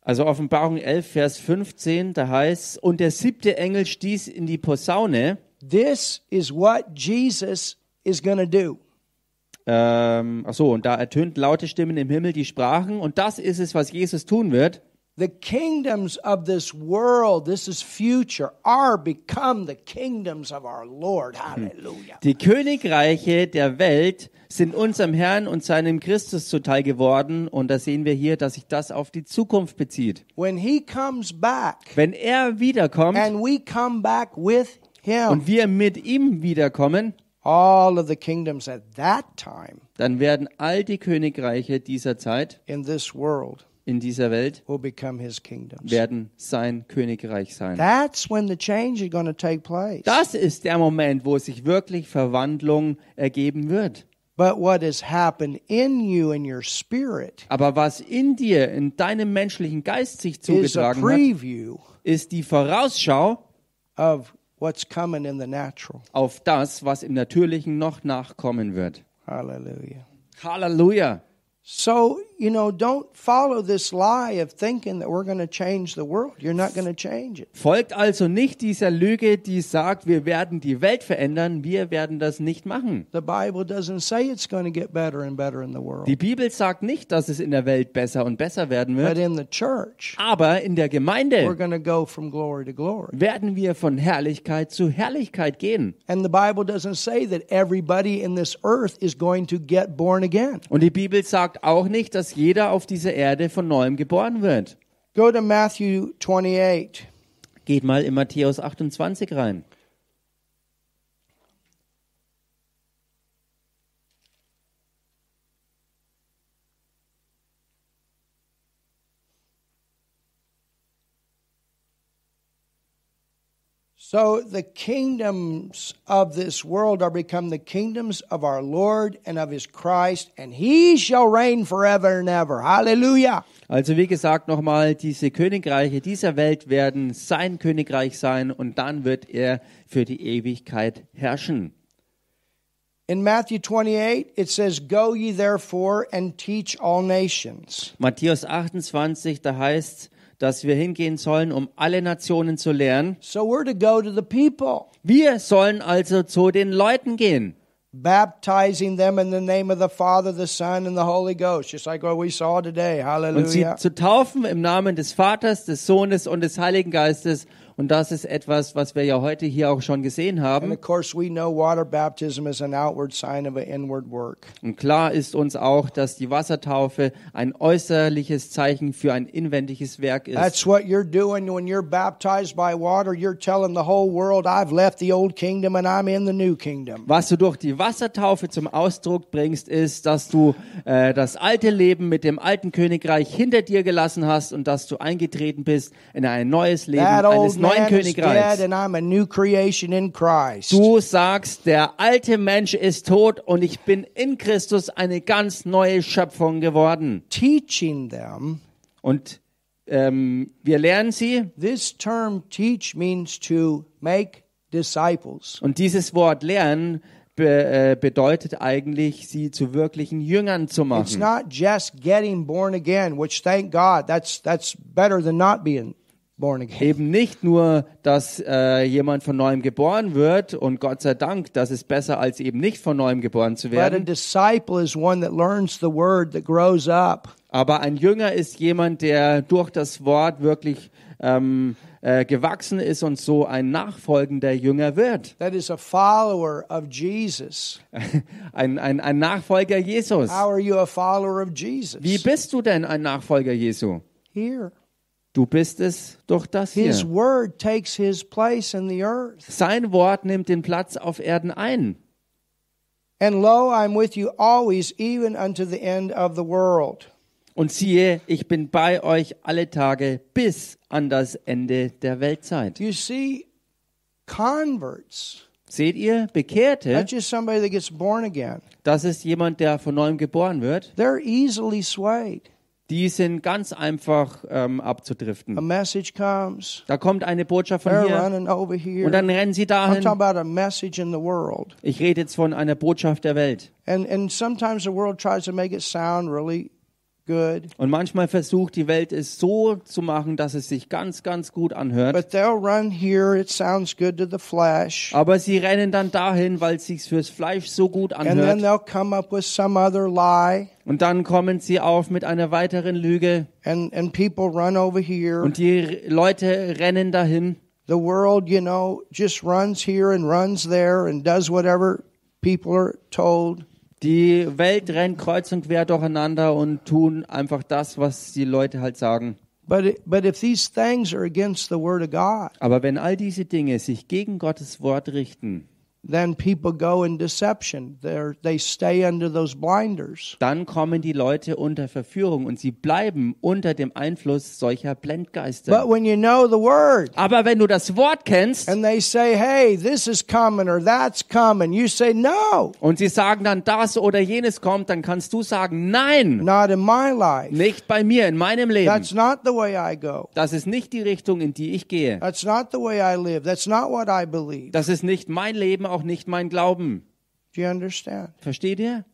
Speaker 2: Also Offenbarung 11, Vers 15, da heißt und der siebte Engel stieß in die Posaune.
Speaker 1: This is what Jesus is going to do.
Speaker 2: Ähm, ach so, und da ertönt laute Stimmen im Himmel, die sprachen, und das ist es, was Jesus tun wird.
Speaker 1: The kingdoms of this world, this is future, are become the kingdoms of our Lord. Hallelujah.
Speaker 2: Die Königreiche der Welt sind unserem Herrn und seinem Christus zuteil geworden, und da sehen wir hier, dass sich das auf die Zukunft bezieht.
Speaker 1: When he comes back,
Speaker 2: Wenn er wiederkommt
Speaker 1: and we come back with him.
Speaker 2: und wir mit ihm wiederkommen,
Speaker 1: All of the kingdoms at that time
Speaker 2: dann werden all die Königreiche dieser Zeit
Speaker 1: in this world
Speaker 2: in dieser Welt,
Speaker 1: will become his kingdoms.
Speaker 2: werden sein Königreich sein.
Speaker 1: That's when the change is going to take place.
Speaker 2: Das ist der Moment, wo sich wirklich Verwandlung ergeben wird.
Speaker 1: But what has happened in you and your spirit
Speaker 2: Aber was in dir, in deinem menschlichen Geist sich
Speaker 1: is a
Speaker 2: zugetragen hat,
Speaker 1: preview
Speaker 2: ist die Vorausschau
Speaker 1: of what's coming in the natural.
Speaker 2: auf das, was im Natürlichen noch nachkommen wird.
Speaker 1: Hallelujah.
Speaker 2: Halleluja!
Speaker 1: So, you know, don't follow this lie of thinking that we're going to change the world. You're not going to change it.
Speaker 2: Folgt also nicht dieser Lüge, die sagt, wir werden die Welt verändern, wir werden das nicht machen.
Speaker 1: The Bible doesn't say it's going to get better and better in the world.
Speaker 2: Die Bibel sagt nicht, dass es in der Welt besser und besser werden
Speaker 1: But
Speaker 2: wird,
Speaker 1: in the church,
Speaker 2: aber in der
Speaker 1: we're
Speaker 2: Gemeinde
Speaker 1: going to go from glory to glory.
Speaker 2: werden wir von Herrlichkeit zu Herrlichkeit gehen.
Speaker 1: And the Bible doesn't say that everybody in this earth is going to get born again.
Speaker 2: Und die Bibel sagt auch nicht, dass jeder auf dieser Erde von neuem geboren wird.
Speaker 1: Go to Matthew 28.
Speaker 2: Geht mal in Matthäus 28 rein.
Speaker 1: So the kingdoms of this world are become the kingdoms of our Lord and of his Christ, and he shall reign forever and ever. Hallelujah.
Speaker 2: Also wie gesagt nochmal, diese Königreiche dieser Welt werden sein Königreich sein und dann wird er für die Ewigkeit herrschen.
Speaker 1: In Matthew 28, it says, Go ye therefore and teach all nations.
Speaker 2: Matthäus 28, da heißt, dass wir hingehen sollen, um alle Nationen zu lernen.
Speaker 1: So we're to go to the people,
Speaker 2: Wir sollen also zu den Leuten gehen,
Speaker 1: baptizing them in the name of the Father, the Son, and the Holy Ghost, just like what we saw today.
Speaker 2: und sie
Speaker 1: Hallelujah.
Speaker 2: zu taufen im Namen des Vaters, des Sohnes und des Heiligen Geistes. Und das ist etwas, was wir ja heute hier auch schon gesehen
Speaker 1: And
Speaker 2: haben.
Speaker 1: of course, we know water baptism is an outward sign of an inward work.
Speaker 2: Und klar ist uns auch, dass die Wassertaufe ein äußerliches Zeichen für ein inwendiges Werk ist.
Speaker 1: That's what you're doing when you're baptized by water. You're telling the whole world, I've left the old kingdom and I'm in the new kingdom.
Speaker 2: Was du durch die Wassertaufe zum Ausdruck bringst, ist, dass du äh, das alte Leben mit dem alten Königreich hinter dir gelassen hast und dass du eingetreten bist in ein neues Leben
Speaker 1: That
Speaker 2: eines
Speaker 1: old man is dead
Speaker 2: neuen Königreichs.
Speaker 1: and I'm a new creation in Christ.
Speaker 2: Du sagst, der alte Mensch ist tot und ich bin in Christus eine ganz neue Schöpfung geworden.
Speaker 1: Teaching them.
Speaker 2: Und ähm, wir lernen sie.
Speaker 1: This term teach means to make disciples.
Speaker 2: Und dieses Wort lernen be äh, bedeutet eigentlich, sie zu wirklichen Jüngern zu
Speaker 1: It's
Speaker 2: machen.
Speaker 1: not just getting born again, which thank God, that's that's better than not being born again.
Speaker 2: eben nicht nur, dass äh, jemand von neuem geboren wird und Gott sei Dank, das ist besser als eben nicht von neuem geboren zu
Speaker 1: But a
Speaker 2: werden,
Speaker 1: disciple is one that learns the word that grows up.
Speaker 2: aber ein Jünger ist jemand, der durch das Wort wirklich ähm, äh, gewachsen ist und so ein nachfolgender Jünger wird,
Speaker 1: That is a follower of Jesus.
Speaker 2: ein, ein, ein Nachfolger Jesus.
Speaker 1: How are you a follower of
Speaker 2: Wie
Speaker 1: Jesus?
Speaker 2: bist du denn ein Nachfolger Jesu?
Speaker 1: Here.
Speaker 2: Du bist es durch das
Speaker 1: His
Speaker 2: hier.
Speaker 1: word takes his place in the earth.
Speaker 2: Sein Wort nimmt den Platz auf Erden ein.
Speaker 1: And lo, I'm with you always, even unto the end of the world.
Speaker 2: Und siehe, ich bin bei euch alle Tage bis an das Ende der Weltzeit.
Speaker 1: You see, converts,
Speaker 2: Seht ihr, Bekehrte,
Speaker 1: not just somebody that gets born again,
Speaker 2: das ist jemand, der von neuem geboren wird,
Speaker 1: they're easily swayed.
Speaker 2: die sind ganz einfach ähm,
Speaker 1: A
Speaker 2: abzudriften.
Speaker 1: message comes,
Speaker 2: Da kommt eine Botschaft von
Speaker 1: they're
Speaker 2: hier
Speaker 1: running over
Speaker 2: und
Speaker 1: here.
Speaker 2: dann rennen sie
Speaker 1: I'm
Speaker 2: dahin.
Speaker 1: talking about a message in the world.
Speaker 2: Ich rede jetzt von einer Botschaft der Welt.
Speaker 1: And, and sometimes the world tries to make it sound really good.
Speaker 2: Und manchmal versucht die Welt es so zu machen, dass es sich ganz, ganz gut anhört.
Speaker 1: But they'll run here. It sounds good to the flesh.
Speaker 2: Aber sie rennen dann dahin, weil es sich fürs Fleisch so gut
Speaker 1: And then
Speaker 2: anhört.
Speaker 1: they'll come up with some other lie.
Speaker 2: Und dann kommen sie auf mit einer weiteren Lüge.
Speaker 1: And, and people run over here.
Speaker 2: Und die R- Leute rennen dahin.
Speaker 1: The world, you know, just runs here and runs there and does whatever people are told.
Speaker 2: Die Welt rennt kreuz und quer durcheinander und tun einfach das, was die Leute halt sagen.
Speaker 1: But, it, but if these things are against the Word of God,
Speaker 2: Aber wenn all diese Dinge sich gegen Gottes Wort richten,
Speaker 1: then people go in deception. They're, they stay under those blinders.
Speaker 2: Dann kommen die Leute unter Verführung und sie bleiben unter dem Einfluss solcher Blendgeister.
Speaker 1: But when you know the word
Speaker 2: Aber wenn du das Wort kennst
Speaker 1: and they say, hey, this is coming or that's coming, you say, no,
Speaker 2: und sie sagen dann das oder jenes kommt, dann kannst du sagen, nein,
Speaker 1: not in my life.
Speaker 2: nicht bei mir, in meinem Leben.
Speaker 1: That's not the way I go.
Speaker 2: Das ist nicht die Richtung, in die ich gehe.
Speaker 1: That's not the way I live. That's not what I believe.
Speaker 2: Das ist nicht mein Leben, auch nicht mein Glauben.
Speaker 1: Do you understand?
Speaker 2: Versteht ihr?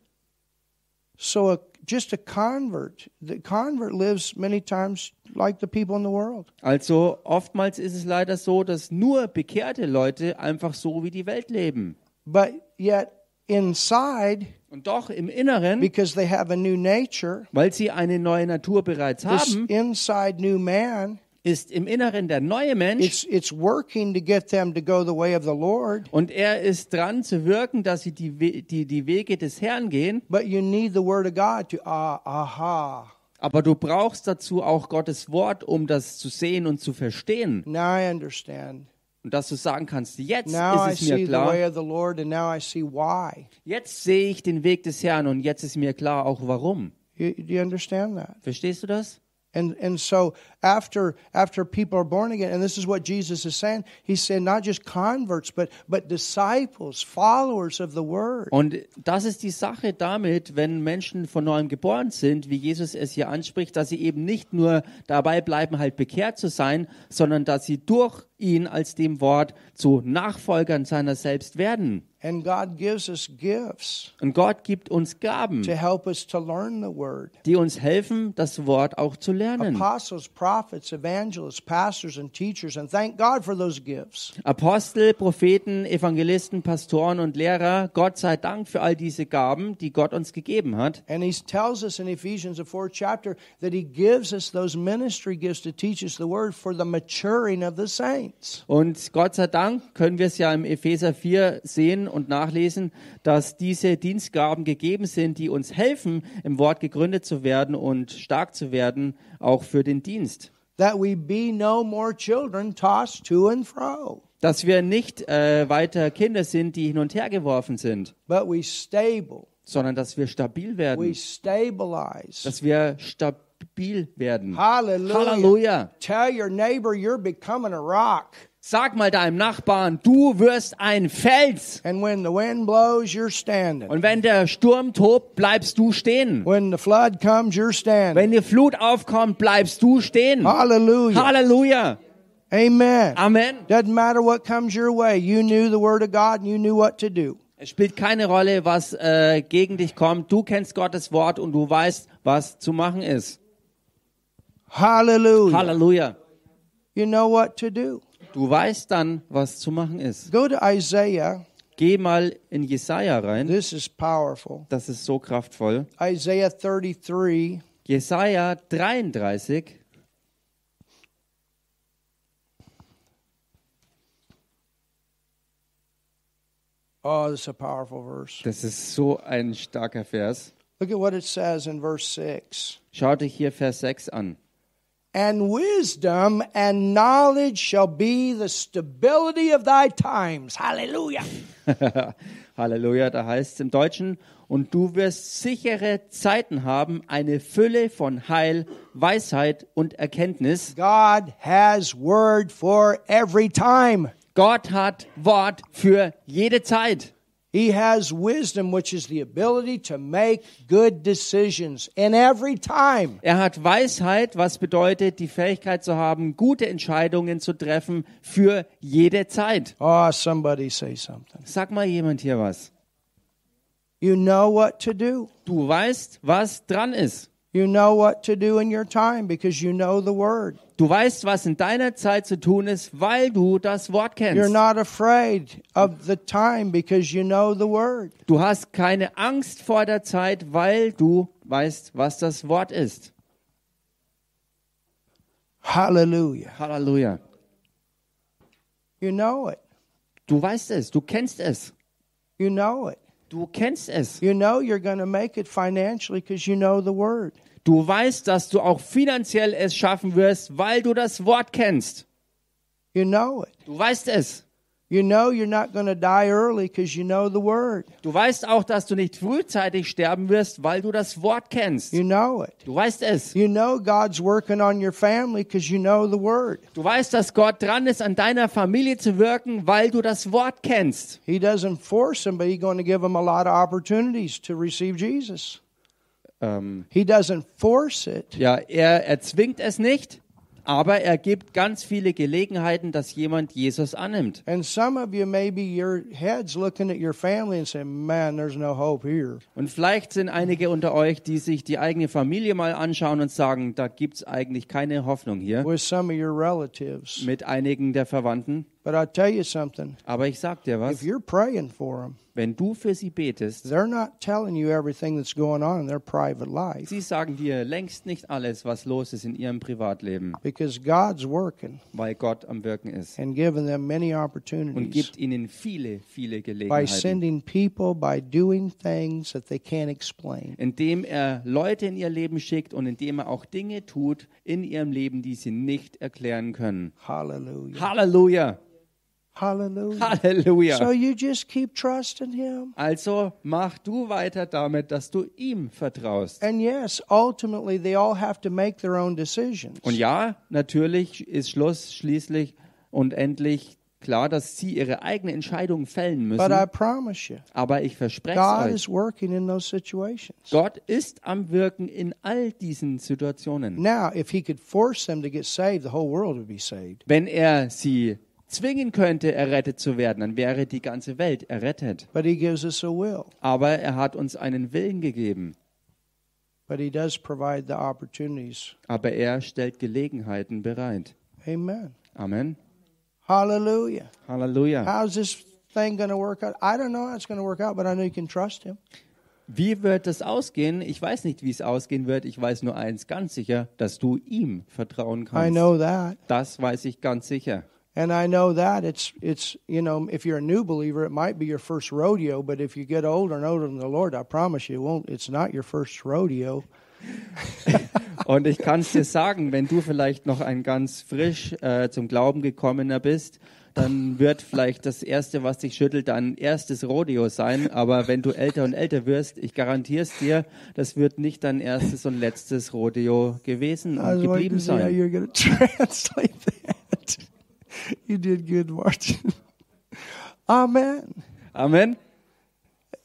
Speaker 1: So, a, just a convert, the convert lives many times like the people in the world.
Speaker 2: Also oftmals ist es leider so, dass nur bekehrte Leute einfach so wie die Welt leben.
Speaker 1: But yet, inside,
Speaker 2: Und doch im Inneren,
Speaker 1: because they have a new nature,
Speaker 2: weil sie eine neue Natur bereits
Speaker 1: this
Speaker 2: haben,
Speaker 1: inside new man,
Speaker 2: ist im Inneren der neue Mensch
Speaker 1: it's, it's working to get them to go the way of the Lord.
Speaker 2: und er ist dran zu wirken, dass sie die, We die, die Wege des Herrn gehen.
Speaker 1: But you need the Word of God to, ah, aha,
Speaker 2: Aber du brauchst dazu auch Gottes Wort, um das zu sehen und zu verstehen.
Speaker 1: now I understand.
Speaker 2: Und dass du sagen kannst, jetzt
Speaker 1: Now I
Speaker 2: ist es
Speaker 1: see
Speaker 2: mir
Speaker 1: the way
Speaker 2: klar,
Speaker 1: of the Lord, and now I see why.
Speaker 2: jetzt sehe ich den Weg des Herrn und jetzt ist mir klar auch warum.
Speaker 1: You, do you understand that?
Speaker 2: Verstehst du das?
Speaker 1: And and so after after people are born again, and this is what Jesus is saying, he said not just converts, but but disciples, followers of the word.
Speaker 2: Und das ist die Sache damit, wenn Menschen von neuem geboren sind, wie Jesus es hier anspricht, dass sie eben nicht nur dabei bleiben, halt bekehrt zu sein, sondern dass sie durch ihn als dem Wort zu Nachfolgern seiner selbst werden.
Speaker 1: And God gives us gifts
Speaker 2: Und Gott gibt uns Gaben,
Speaker 1: to help us to learn the word.
Speaker 2: die uns helfen, das Wort auch zu lernen.
Speaker 1: Apostles, prophets, evangelists, pastors, and teachers, and thank God for those gifts.
Speaker 2: Apostel, Propheten, Evangelisten, Pastoren und Lehrer, Gott sei Dank für all diese Gaben, die Gott uns gegeben hat.
Speaker 1: And he tells us in Ephesians, the fourth chapter, that he gives us those ministry gifts to teach us the word for the maturing of the saints.
Speaker 2: Und Gott sei Dank können wir es ja im Epheser 4 sehen und nachlesen, dass diese Dienstgaben gegeben sind, die uns helfen, im Wort gegründet zu werden und stark zu werden, auch für den Dienst.
Speaker 1: That we be no more children tossed to and fro.
Speaker 2: Dass wir nicht äh, weiter Kinder sind, die hin und her geworfen sind,
Speaker 1: but we stable
Speaker 2: sondern dass wir stabil
Speaker 1: we
Speaker 2: werden,
Speaker 1: stabilize
Speaker 2: dass wir stabil werden.
Speaker 1: hallelujah.
Speaker 2: Halleluja.
Speaker 1: tell your neighbor you're becoming a rock
Speaker 2: Sag mal deinem Nachbarn, du wirst ein Fels.
Speaker 1: and when the wind blows you're standing
Speaker 2: Und wenn der Sturm tobt, bleibst du stehen.
Speaker 1: when the flood comes you're standing
Speaker 2: Wenn die Flut aufkommt, bleibst du stehen.
Speaker 1: hallelujah
Speaker 2: Halleluja.
Speaker 1: amen
Speaker 2: Amen.
Speaker 1: doesn't matter what comes your way you knew the word of god and you knew what to do
Speaker 2: Es spielt keine Rolle, was äh, gegen dich kommt. Du kennst Gottes Wort und du weißt, was zu machen ist.
Speaker 1: hallelujah
Speaker 2: Halleluja.
Speaker 1: you know what to do
Speaker 2: Du weißt dann, was zu machen ist.
Speaker 1: go to isaiah
Speaker 2: Geh mal in Jesaja rein.
Speaker 1: this is powerful
Speaker 2: Das ist so kraftvoll.
Speaker 1: isaiah 33
Speaker 2: Jesaja 33.
Speaker 1: oh this is a powerful verse
Speaker 2: Das ist so ein starker Vers.
Speaker 1: look at what it says in verse 6
Speaker 2: Schau dir hier Vers 6 an.
Speaker 1: And wisdom and knowledge shall be the stability of thy times. Hallelujah.
Speaker 2: Halleluja, da heißt es im Deutschen, und du wirst sichere Zeiten haben, eine Fülle von Heil, Weisheit und Erkenntnis.
Speaker 1: God has word for every time.
Speaker 2: Gott hat Wort für jede Zeit.
Speaker 1: He has wisdom, which is the ability to make good decisions in every time.
Speaker 2: Er hat Weisheit, was bedeutet, die Fähigkeit zu haben, gute Entscheidungen zu treffen für jede Zeit.
Speaker 1: Oh, somebody say something.
Speaker 2: Sag mal jemand hier was.
Speaker 1: You know what to do.
Speaker 2: Du weißt, was dran ist.
Speaker 1: You know what to do in your time because you know the word.
Speaker 2: Du weißt, was in deiner Zeit zu tun ist, weil du das Wort
Speaker 1: You're
Speaker 2: kennst.
Speaker 1: not afraid of the time because you know the word.
Speaker 2: Du hast keine Angst vor der Zeit, weil du weißt, was das Wort ist.
Speaker 1: Hallelujah.
Speaker 2: Halleluja.
Speaker 1: You know it.
Speaker 2: Du weißt es, du kennst es.
Speaker 1: You know it.
Speaker 2: Du kennst es.
Speaker 1: You know you're going to make it financially because you know the word.
Speaker 2: Du weißt, dass du auch finanziell es schaffen wirst, weil du das Wort kennst.
Speaker 1: You know it.
Speaker 2: Du weißt es.
Speaker 1: You know you're not going to die early because you know the word.
Speaker 2: Du weißt auch, dass du nicht frühzeitig sterben wirst, weil du das Wort kennst.
Speaker 1: You know it.
Speaker 2: Du weißt es.
Speaker 1: You know God's working on your family because you know the word.
Speaker 2: Du weißt, dass Gott dran ist, an deiner Familie zu wirken, weil du das Wort kennst.
Speaker 1: He doesn't force them, but He's going to give them a lot of opportunities to receive Jesus.
Speaker 2: Ähm,
Speaker 1: He doesn't force it,
Speaker 2: ja, er erzwingt es nicht, aber er gibt ganz viele Gelegenheiten, dass jemand Jesus annimmt.
Speaker 1: And some of you, maybe your head's looking at your family and saying, Man, there's no hope here.
Speaker 2: Und vielleicht sind einige unter euch, die sich die eigene Familie mal anschauen und sagen, da gibt es eigentlich keine Hoffnung hier
Speaker 1: With some of your relatives.
Speaker 2: mit einigen der Verwandten.
Speaker 1: But I tell you something
Speaker 2: Aber ich sag dir
Speaker 1: if
Speaker 2: was,
Speaker 1: you're praying for them,
Speaker 2: wenn du für sie betest,
Speaker 1: they're not telling you everything that's going on in their private life
Speaker 2: sie sagen dir längst nicht alles, was los ist in ihrem Privatleben,
Speaker 1: because God's working
Speaker 2: weil Gott am Wirken ist
Speaker 1: and giving them many
Speaker 2: und
Speaker 1: opportunities
Speaker 2: gibt ihnen viele, viele
Speaker 1: by
Speaker 2: Gelegenheiten,
Speaker 1: sending people, by doing things that they can't explain.
Speaker 2: indem er Leute in ihr Leben schickt und indem er auch Dinge tut in ihrem Leben, die sie nicht erklären können.
Speaker 1: Hallelujah.
Speaker 2: Halleluja!
Speaker 1: Hallelujah. So
Speaker 2: Halleluja!
Speaker 1: you just keep trusting Him.
Speaker 2: Also mach du weiter damit, dass du ihm vertraust.
Speaker 1: And yes, ultimately, they all have to make their own decisions.
Speaker 2: Und ja, natürlich ist Schluss schließlich und endlich klar, dass sie ihre eigene Entscheidung fällen
Speaker 1: But I
Speaker 2: müssen.
Speaker 1: promise you,
Speaker 2: Aber ich verspreche
Speaker 1: God
Speaker 2: es euch,
Speaker 1: is working in those situations.
Speaker 2: Gott ist am Wirken in all diesen Situationen.
Speaker 1: Now, if He could force them to get saved, the whole world would be saved.
Speaker 2: Wenn er sie zwingen könnte, errettet zu werden, dann wäre die ganze Welt errettet.
Speaker 1: But He gives us a will.
Speaker 2: Aber er hat uns einen Willen gegeben.
Speaker 1: But He does provide the opportunities.
Speaker 2: Aber er stellt Gelegenheiten bereit.
Speaker 1: Amen.
Speaker 2: Amen.
Speaker 1: Hallelujah.
Speaker 2: Halleluja.
Speaker 1: How's this thing going to work out? I don't know how it's going to work out, but I know you can trust Him.
Speaker 2: Wie wird das ausgehen? Ich weiß nicht, wie es ausgehen wird. Ich weiß nur eins ganz sicher, dass du ihm vertrauen
Speaker 1: I
Speaker 2: kannst.
Speaker 1: know that.
Speaker 2: Das weiß ich ganz sicher.
Speaker 1: And I know that it's it's you know if you're a new believer it might be your first rodeo but if you get older and older in the Lord I promise you it won't it's not your first rodeo
Speaker 2: Und ich kann es dir sagen, wenn du vielleicht noch ein ganz frisch äh, zum Glauben gekommener bist, dann wird vielleicht das Erste, was dich schüttelt, dein erstes Rodeo sein. Aber wenn du älter und älter wirst, ich garantiere es dir, das wird nicht dein erstes und letztes Rodeo gewesen
Speaker 1: I
Speaker 2: und
Speaker 1: was waiting
Speaker 2: geblieben
Speaker 1: to see how
Speaker 2: sein.
Speaker 1: you're going to translate that. You did good, Martin. Amen.
Speaker 2: Amen.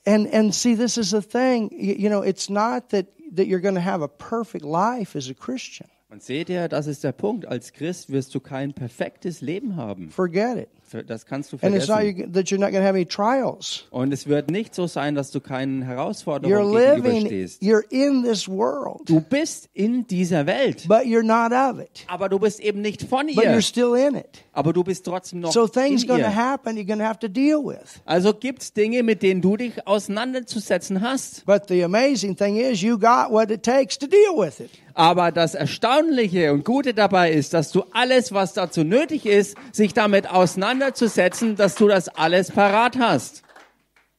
Speaker 1: And and see, this is the thing. You, you know, it's not that that you're going to have a perfect life as a Christian.
Speaker 2: Und seht ihr, das ist der Punkt. Als Christ wirst du kein perfektes Leben haben.
Speaker 1: Forget it.
Speaker 2: Ver- Das kannst du
Speaker 1: And it's not
Speaker 2: vergessen.
Speaker 1: you- that you're not going to have any trials.
Speaker 2: Und es wird nicht so sein, dass du keinen
Speaker 1: You're
Speaker 2: Herausforderungen
Speaker 1: living.
Speaker 2: gegenüberstehst.
Speaker 1: You're in this world,
Speaker 2: Du bist in dieser Welt,
Speaker 1: but you're not of it.
Speaker 2: aber du bist eben nicht von
Speaker 1: But you're
Speaker 2: ihr.
Speaker 1: still in it.
Speaker 2: Aber du bist trotzdem noch
Speaker 1: So
Speaker 2: in
Speaker 1: things going to
Speaker 2: ihr.
Speaker 1: happen. You're going to have to deal with.
Speaker 2: Also gibt's Dinge, mit denen du dich auseinanderzusetzen hast.
Speaker 1: But the amazing thing is, you got what it takes to deal with it.
Speaker 2: Aber das Erstaunliche und Gute dabei ist, dass du alles, was dazu nötig ist, sich damit auseinanderzusetzen, dass du das alles parat hast.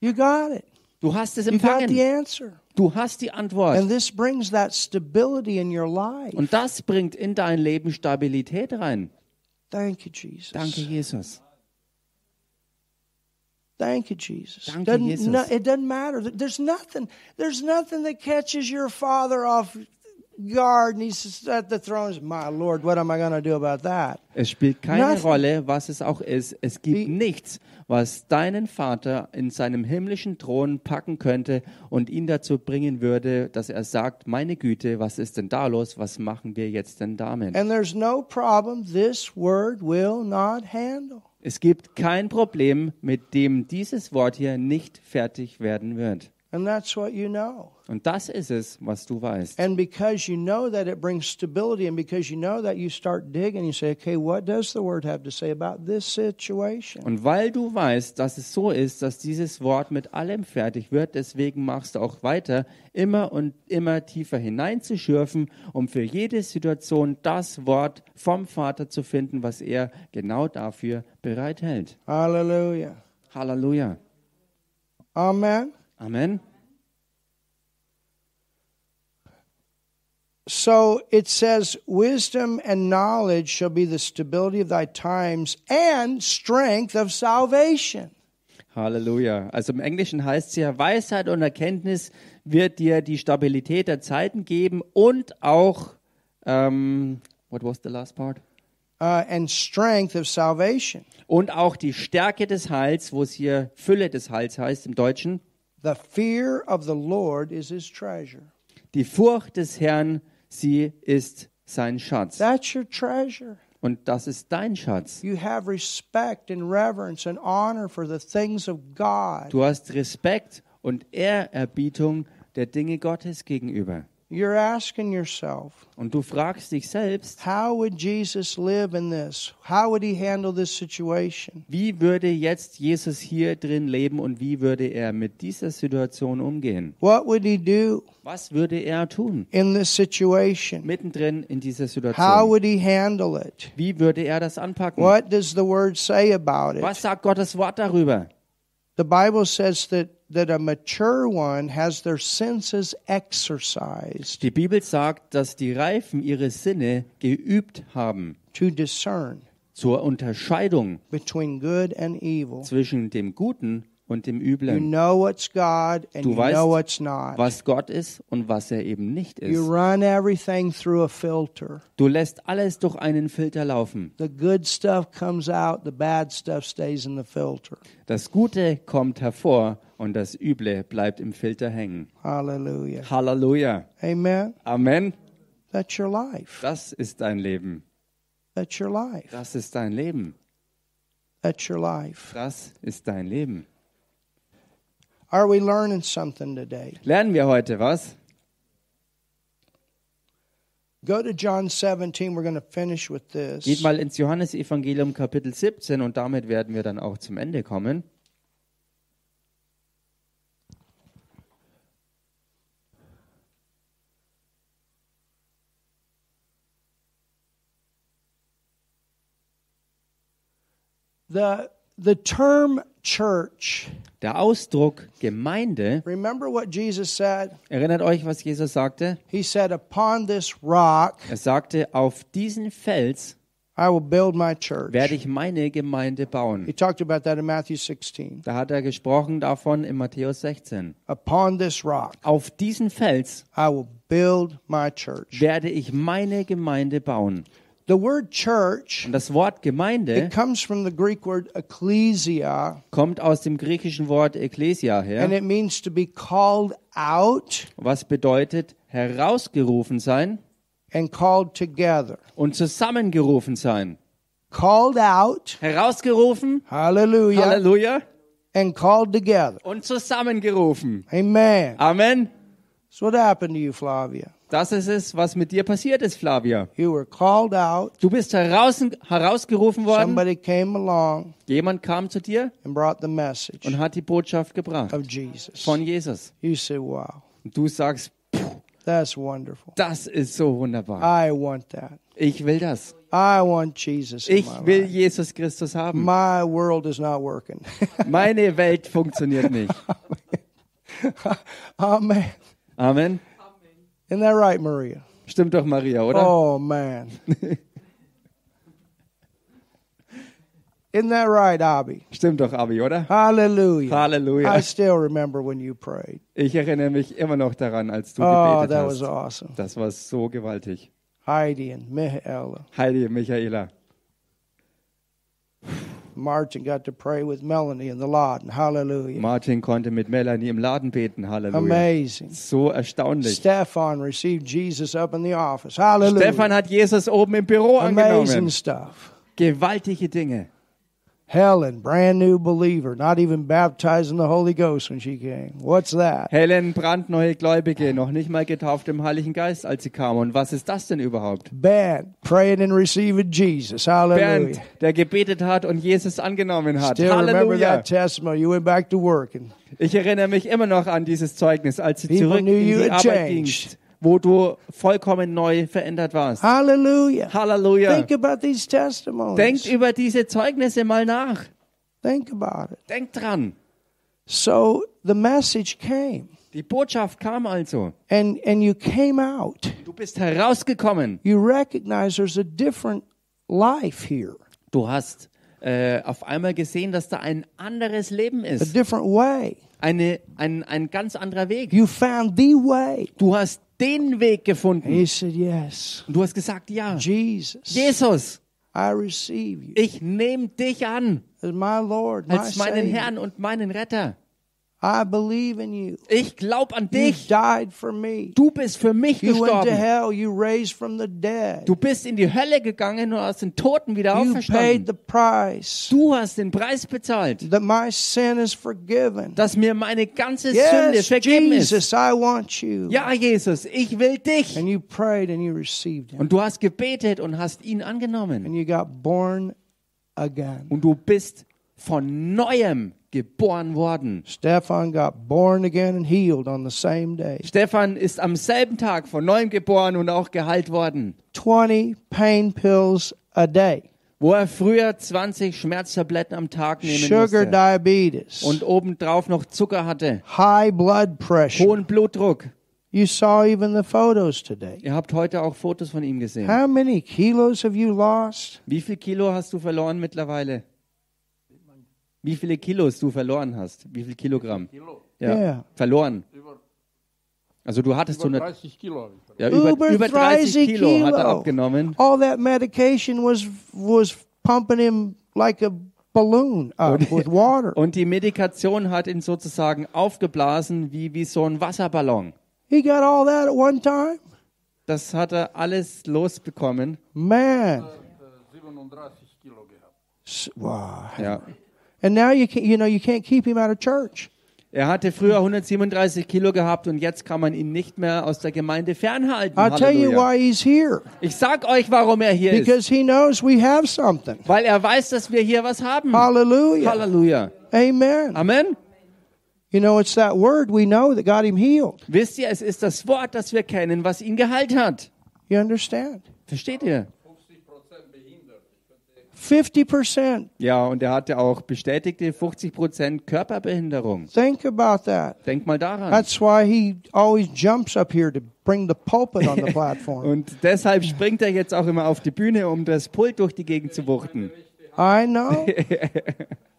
Speaker 1: You got it.
Speaker 2: Du hast es
Speaker 1: You got the
Speaker 2: empfangen.
Speaker 1: answer.
Speaker 2: Du hast die Antwort.
Speaker 1: And this brings that stability in your life.
Speaker 2: Und das bringt in dein Leben Stabilität rein.
Speaker 1: Thank you, Jesus.
Speaker 2: Danke, Jesus.
Speaker 1: Thank you, Jesus.
Speaker 2: Danke,
Speaker 1: Doesn't-
Speaker 2: Jesus.
Speaker 1: no- it doesn't matter. There's nothing. There's nothing that catches your father off guard, and he's at the throne. He's, My Lord, what am I going to do about that?
Speaker 2: Es spielt keine
Speaker 1: Nothing.
Speaker 2: Rolle, was es auch ist. Es gibt
Speaker 1: Die-
Speaker 2: nichts, was deinen Vater in seinem himmlischen Thron packen könnte und ihn dazu bringen würde, dass er sagt, meine Güte, was ist denn da los? Was machen wir jetzt denn damit?
Speaker 1: And there's no problem this word will not handle.
Speaker 2: Es gibt kein Problem, mit dem dieses Wort hier nicht fertig werden wird.
Speaker 1: And that's what you know.
Speaker 2: Und das ist es, was du weißt.
Speaker 1: And because you know that, it brings stability. And because you know that, you start digging. You say, okay, what does the word have to say about this situation?
Speaker 2: Und weil du weißt, dass es so ist, dass dieses Wort mit allem fertig wird, deswegen machst du auch weiter, immer und immer tiefer hineinzuschürfen, um für jede Situation das Wort vom Vater zu finden, was er genau dafür bereithält.
Speaker 1: Hallelujah.
Speaker 2: Halleluja.
Speaker 1: Amen.
Speaker 2: Amen.
Speaker 1: So it says, Wisdom and knowledge shall be the stability of thy times and strength of salvation.
Speaker 2: Halleluja. Also im Englischen heißt es ja, Weisheit und Erkenntnis wird dir die Stabilität der Zeiten geben und auch, ähm, what was the last part?
Speaker 1: uh, and strength of salvation.
Speaker 2: Und auch die Stärke des Heils, wo es hier Fülle des Heils heißt im Deutschen.
Speaker 1: The fear of the Lord is his treasure.
Speaker 2: Die Furcht des Herrn, sie ist sein Schatz.
Speaker 1: That's your treasure.
Speaker 2: Und das ist dein Schatz.
Speaker 1: You have respect and reverence and honor for the things of God.
Speaker 2: Du hast Respekt und Ehrerbietung der Dinge Gottes gegenüber.
Speaker 1: You're asking yourself,
Speaker 2: Und du fragst dich selbst,
Speaker 1: how would Jesus live in this? How would he handle this situation?
Speaker 2: wie würde jetzt Jesus hier drin leben und wie würde er mit dieser Situation umgehen?
Speaker 1: What would he do
Speaker 2: Was würde er tun
Speaker 1: in this situation?
Speaker 2: mittendrin in dieser
Speaker 1: How
Speaker 2: Situation?
Speaker 1: would he handle it?
Speaker 2: Wie würde er das anpacken?
Speaker 1: What does the word say about
Speaker 2: Was
Speaker 1: it?
Speaker 2: sagt Gottes Wort darüber?
Speaker 1: The Bible says that, that a mature one has their senses exercised.
Speaker 2: Die Bibel sagt, dass die Reifen ihre Sinne geübt haben
Speaker 1: to discern
Speaker 2: zur Unterscheidung
Speaker 1: between good and evil.
Speaker 2: zwischen dem Guten und dem
Speaker 1: You
Speaker 2: Üblen,
Speaker 1: know what's God and
Speaker 2: Du
Speaker 1: you
Speaker 2: weißt,
Speaker 1: know what's not.
Speaker 2: was Gott ist und was er eben nicht
Speaker 1: You
Speaker 2: ist.
Speaker 1: run everything through a filter.
Speaker 2: Du lässt alles durch einen Filter laufen.
Speaker 1: The good stuff comes out, the bad stuff stays in the filter.
Speaker 2: Das Gute kommt hervor und das Üble bleibt im Filter hängen.
Speaker 1: Hallelujah.
Speaker 2: Halleluja.
Speaker 1: Amen.
Speaker 2: Amen.
Speaker 1: That's your life.
Speaker 2: Das ist dein Leben.
Speaker 1: That's your life.
Speaker 2: Das ist dein Leben.
Speaker 1: That's your life.
Speaker 2: Das ist dein Leben.
Speaker 1: Are we learning something today?
Speaker 2: Lernen wir heute was?
Speaker 1: Go to John 17. We're going to finish with this.
Speaker 2: Geht mal ins Johannesevangelium Kapitel 17 und damit werden wir dann auch zum Ende kommen.
Speaker 1: The, the term church,
Speaker 2: Der Ausdruck Gemeinde,
Speaker 1: remember what Jesus said?
Speaker 2: erinnert euch, was Jesus sagte?
Speaker 1: He said, Upon this rock,
Speaker 2: Er sagte, auf diesen Fels
Speaker 1: I will build my church.
Speaker 2: werde ich meine Gemeinde
Speaker 1: He
Speaker 2: bauen.
Speaker 1: talked about that in Matthew 16.
Speaker 2: Da hat er gesprochen davon in Matthäus 16.
Speaker 1: Upon this rock,
Speaker 2: Auf diesen Fels
Speaker 1: I will build my church.
Speaker 2: werde ich meine Gemeinde bauen.
Speaker 1: The word church,
Speaker 2: Und das Wort Gemeinde
Speaker 1: it comes from the Greek word ecclesia,
Speaker 2: kommt aus dem griechischen Wort Ekklesia
Speaker 1: and
Speaker 2: her,
Speaker 1: it means to be called out
Speaker 2: was bedeutet herausgerufen sein
Speaker 1: and called together.
Speaker 2: und zusammengerufen sein.
Speaker 1: Called out,
Speaker 2: Herausgerufen,
Speaker 1: hallelujah,
Speaker 2: Halleluja,
Speaker 1: and called together.
Speaker 2: und zusammengerufen.
Speaker 1: Amen.
Speaker 2: Amen.
Speaker 1: So, what happened to you, Flavia?
Speaker 2: Das ist es, was mit dir passiert ist, Flavia.
Speaker 1: You were called out,
Speaker 2: Du bist heraus, herausgerufen worden.
Speaker 1: somebody came along
Speaker 2: Jemand kam zu dir
Speaker 1: and brought the message
Speaker 2: und hat die Botschaft gebracht
Speaker 1: of Jesus.
Speaker 2: von Jesus.
Speaker 1: You said, wow,
Speaker 2: Und du sagst,
Speaker 1: that's wonderful.
Speaker 2: das ist so wunderbar.
Speaker 1: I want that.
Speaker 2: Ich will das.
Speaker 1: I want Jesus. In
Speaker 2: Ich
Speaker 1: my,
Speaker 2: will
Speaker 1: life.
Speaker 2: Jesus Christus haben.
Speaker 1: my world is not working.
Speaker 2: Meine Welt funktioniert nicht.
Speaker 1: oh man,
Speaker 2: Amen.
Speaker 1: isn't that right, Maria?
Speaker 2: Stimmt doch, Maria, oder?
Speaker 1: Oh man, isn't that right, Abby?
Speaker 2: Stimmt doch, Abi, oder?
Speaker 1: Hallelujah. I
Speaker 2: Halleluja.
Speaker 1: still remember when you prayed.
Speaker 2: Ich erinnere mich immer noch daran, als du
Speaker 1: Oh,
Speaker 2: gebetet
Speaker 1: that was
Speaker 2: hast.
Speaker 1: awesome.
Speaker 2: Das war so gewaltig.
Speaker 1: Heidi and Michaela,
Speaker 2: Heidi, Michaela.
Speaker 1: Martin got to pray with Melanie in the lot, and hallelujah,
Speaker 2: Martin konnte mit Melanie im Laden beten. Halleluja.
Speaker 1: amazing.
Speaker 2: So erstaunlich.
Speaker 1: Stefan received Jesus up in the office. Hallelujah.
Speaker 2: Stefan hat Jesus oben im Büro
Speaker 1: amazing
Speaker 2: angenommen.
Speaker 1: stuff.
Speaker 2: Gewaltige Dinge.
Speaker 1: Helen, brand new believer, not even baptized in the Holy Ghost when she came. What's that?
Speaker 2: Helen, brandneue Gläubige, noch nicht mal getauft im Heiligen Geist, als sie kam. Und was ist das denn überhaupt?
Speaker 1: Ben, praying and receiving Jesus. Hallelujah.
Speaker 2: Bernd, der gebetet hat und Jesus angenommen hat.
Speaker 1: Still remember
Speaker 2: Halleluja.
Speaker 1: that testimony. You went back to work and
Speaker 2: Ich erinnere mich immer noch an dieses Zeugnis, als du
Speaker 1: People
Speaker 2: zurück in
Speaker 1: knew you
Speaker 2: die
Speaker 1: had
Speaker 2: Arbeit
Speaker 1: changed.
Speaker 2: gingst, wo du vollkommen neu verändert warst.
Speaker 1: Hallelujah.
Speaker 2: Halleluja.
Speaker 1: Think about these testimonies.
Speaker 2: Denkt über diese Zeugnisse mal nach.
Speaker 1: Think about it.
Speaker 2: Denkt dran.
Speaker 1: So the message came,
Speaker 2: Die Botschaft kam also.
Speaker 1: and, and you came out.
Speaker 2: Du bist herausgekommen.
Speaker 1: You recognize there's a different life here,
Speaker 2: Du hast äh, auf einmal gesehen, dass da ein anderes Leben
Speaker 1: a
Speaker 2: ist.
Speaker 1: different way.
Speaker 2: Eine, ein, ein ganz anderer Weg.
Speaker 1: You found the way.
Speaker 2: Du hast den Weg
Speaker 1: And
Speaker 2: gefunden.
Speaker 1: you said, Yes,
Speaker 2: Und du hast gesagt, ja,
Speaker 1: Jesus,
Speaker 2: Jesus,
Speaker 1: I receive you
Speaker 2: ich nehme dich an
Speaker 1: as my Lord, my
Speaker 2: als meinen
Speaker 1: Savior.
Speaker 2: Herrn und meinen Retter.
Speaker 1: I believe in you.
Speaker 2: Ich glaube an
Speaker 1: You
Speaker 2: dich.
Speaker 1: died for me.
Speaker 2: Du bist für mich
Speaker 1: You went to
Speaker 2: gestorben.
Speaker 1: hell. You raised from the dead.
Speaker 2: Du bist in die Hölle gegangen und aus den Toten wieder
Speaker 1: You paid
Speaker 2: auferstanden.
Speaker 1: the price
Speaker 2: Du hast den Preis bezahlt,
Speaker 1: that my sin is forgiven.
Speaker 2: dass mir meine ganze Sünde
Speaker 1: Yes,
Speaker 2: vergeben ist.
Speaker 1: Jesus, I want you.
Speaker 2: Ja, Jesus, ich will dich.
Speaker 1: And you prayed and you received him.
Speaker 2: Und du hast gebetet und hast ihn angenommen.
Speaker 1: And you got born again.
Speaker 2: Und du bist von neuem geboren worden.
Speaker 1: Stefan got born again and healed on the same day.
Speaker 2: Stefan ist am selben Tag von neuem geboren und auch geheilt worden.
Speaker 1: 20 pain pills a day,
Speaker 2: Wo er früher 20 Schmerztabletten am Tag nehmen
Speaker 1: sugar
Speaker 2: musste
Speaker 1: diabetes,
Speaker 2: und obendrauf noch Zucker hatte,
Speaker 1: high blood pressure.
Speaker 2: hohen Blutdruck.
Speaker 1: You saw even the photos today.
Speaker 2: Ihr habt heute auch Fotos von ihm gesehen.
Speaker 1: How many kilos have you lost?
Speaker 2: Wie viel Kilo hast du verloren mittlerweile? Wie viele Kilos du verloren hast? Wie viel Kilogramm? Ja,
Speaker 1: Ja.
Speaker 2: verloren.
Speaker 3: Über,
Speaker 2: Also du hattest
Speaker 3: über
Speaker 2: 100,
Speaker 3: 30 Kilo habe ich verloren.
Speaker 2: ja, über, über 30 Kilo hat er abgenommen.
Speaker 1: All that medication was was pumping him like a balloon up with water.
Speaker 2: Und die Medikation hat ihn sozusagen aufgeblasen wie, wie so ein Wasserballon.
Speaker 1: He got all that at one time.
Speaker 2: Das hat er alles losbekommen.
Speaker 1: Man,
Speaker 3: Äh, 37 Kilo gehabt.
Speaker 1: S- wow.
Speaker 2: Ja.
Speaker 1: And now you can you know you can't keep him out of church.
Speaker 2: Er hatte früher 137 Kilo gehabt und jetzt kann man ihn nicht mehr aus der Gemeinde fernhalten.
Speaker 1: I'll tell you
Speaker 2: Halleluja.
Speaker 1: why he's here.
Speaker 2: Ich sag euch, warum er hier ist.
Speaker 1: Because he knows we have something.
Speaker 2: Weil er weiß, dass wir hier was haben.
Speaker 1: Hallelujah.
Speaker 2: Halleluja.
Speaker 1: Amen.
Speaker 2: Amen.
Speaker 1: You know, it's that word we know that got him healed.
Speaker 2: Wisst ihr, es ist das Wort, das wir kennen, was ihn geheilt hat.
Speaker 1: You understand?
Speaker 2: Versteht ihr?
Speaker 3: 50% behindert. Ich könnte
Speaker 1: 50%.
Speaker 2: Ja, und er hatte auch bestätigte 50% Körperbehinderung.
Speaker 1: Think about that.
Speaker 2: Denk mal daran.
Speaker 1: That's why he always jumps up here to bring the pulpit on the platform.
Speaker 2: Und deshalb springt er jetzt auch immer auf die Bühne, um das Pult durch die Gegend zu wuchten.
Speaker 1: I know.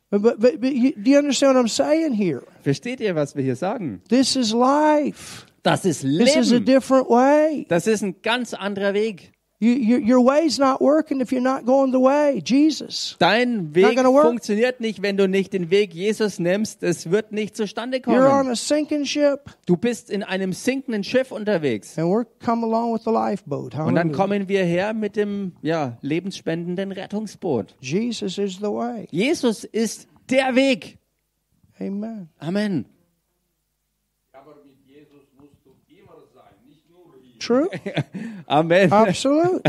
Speaker 1: But, but, but you, do you understand what I'm saying here?
Speaker 2: Versteht ihr, was wir hier sagen?
Speaker 1: This is life.
Speaker 2: Das ist
Speaker 1: This is a different way.
Speaker 2: Das ist ein ganz anderer Weg.
Speaker 1: You, you, your way's not working if you're not going the way, Jesus.
Speaker 2: Dein
Speaker 1: Not
Speaker 2: Weg
Speaker 1: gonna work.
Speaker 2: funktioniert nicht, wenn du nicht den Weg Jesus nimmst. Es wird nicht zustande
Speaker 1: You're on
Speaker 2: kommen.
Speaker 1: a sinking ship,
Speaker 2: Du bist in einem sinkenden Schiff unterwegs.
Speaker 1: and we're come along with the lifeboat.
Speaker 2: Und dann
Speaker 1: Hallelujah.
Speaker 2: kommen wir her mit dem ja, lebensspendenden Rettungsboot.
Speaker 1: Jesus is the way.
Speaker 2: Jesus ist der Weg.
Speaker 1: Amen.
Speaker 2: Amen.
Speaker 3: aber mit Jesus musst du immer sein, nicht nur hier.
Speaker 1: True.
Speaker 2: Amen.
Speaker 1: Absolute.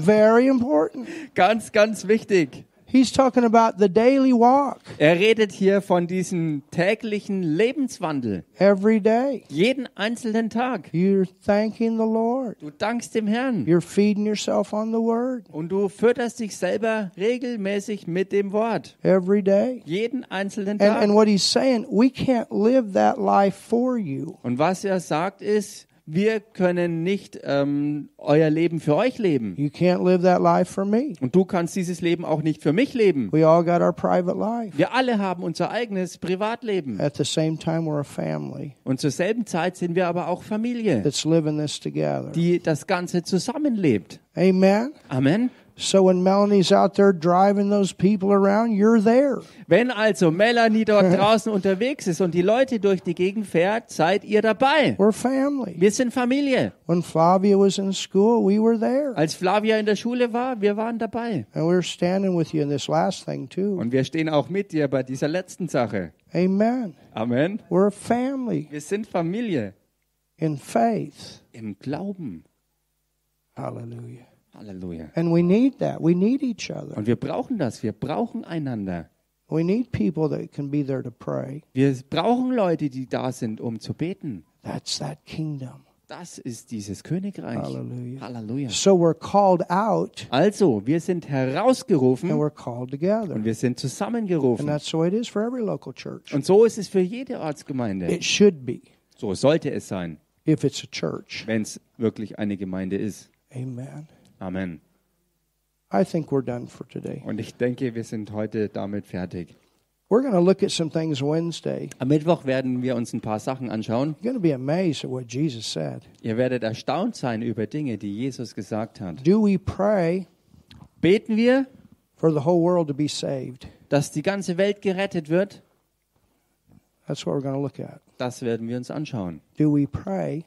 Speaker 1: Very important.
Speaker 2: Ganz, ganz wichtig.
Speaker 1: He's talking about the daily walk
Speaker 2: Er redet hier von diesem täglichen Lebenswandel.
Speaker 1: every day.
Speaker 2: Jeden einzelnen Tag.
Speaker 1: You're thanking the Lord.
Speaker 2: Du dankst dem Herrn
Speaker 1: You're feeding yourself on the word
Speaker 2: und du fütterst dich selber regelmäßig mit dem Wort.
Speaker 1: every day.
Speaker 2: Jeden einzelnen
Speaker 1: And, and
Speaker 2: Tag.
Speaker 1: what he's saying, we can't live that life for you.
Speaker 2: Und was er sagt ist, wir können nicht ähm, euer Leben für euch leben.
Speaker 1: You can't live that life for me.
Speaker 2: Und du kannst dieses Leben auch nicht für mich leben.
Speaker 1: We all got our private life.
Speaker 2: Wir alle haben unser eigenes Privatleben.
Speaker 1: At the same time, we're a family
Speaker 2: Und zur selben Zeit sind wir aber auch Familie,
Speaker 1: that's living this together.
Speaker 2: die das Ganze zusammenlebt.
Speaker 1: Amen.
Speaker 2: Amen.
Speaker 1: So when Melanie's out there driving those people around, you're there.
Speaker 2: Wenn also Melanie dort draußen unterwegs ist und die Leute durch die Gegend fährt, seid ihr dabei.
Speaker 1: We're family.
Speaker 2: Wir sind Familie.
Speaker 1: When Flavia was in school, we were there.
Speaker 2: Als Flavia in der Schule war, wir waren dabei.
Speaker 1: And we're standing with you in this last thing, too.
Speaker 2: Und wir stehen auch mit dir bei dieser letzten Sache.
Speaker 1: Amen.
Speaker 2: Amen.
Speaker 1: We're a family
Speaker 2: Wir sind Familie
Speaker 1: in faith.
Speaker 2: im Glauben.
Speaker 1: Hallelujah.
Speaker 2: Halleluja.
Speaker 1: And we need that. We need each other.
Speaker 2: Und wir brauchen das. Wir brauchen einander.
Speaker 1: We need people that can be there to pray.
Speaker 2: Wir brauchen Leute, die da sind, um zu beten.
Speaker 1: That's that kingdom.
Speaker 2: Das ist dieses Königreich.
Speaker 1: Halleluja.
Speaker 2: Halleluja.
Speaker 1: So we're called out
Speaker 2: Also, wir sind
Speaker 1: and
Speaker 2: herausgerufen
Speaker 1: we're called
Speaker 2: und
Speaker 1: together.
Speaker 2: wir sind
Speaker 1: And
Speaker 2: zusammengerufen.
Speaker 1: that's the way it is for every local church.
Speaker 2: Und so ist es für jede Ortsgemeinde.
Speaker 1: It should be
Speaker 2: So sollte es sein,
Speaker 1: if it's a church.
Speaker 2: wenn es wirklich eine Gemeinde ist.
Speaker 1: Amen.
Speaker 2: Amen.
Speaker 1: I think we're done for today.
Speaker 2: Und ich denke, wir sind heute damit fertig.
Speaker 1: We're going to look at some things Wednesday.
Speaker 2: Am Mittwoch werden wir uns ein paar Sachen anschauen.
Speaker 1: You're going to be amazed at what Jesus said.
Speaker 2: Ihr werdet erstaunt sein über Dinge, die Jesus gesagt hat.
Speaker 1: Do we pray
Speaker 2: Beten wir,
Speaker 1: for the whole world to be saved?
Speaker 2: dass die ganze Welt gerettet wird?
Speaker 1: That's what we're going to look at.
Speaker 2: Das werden wir uns anschauen.
Speaker 1: Do we pray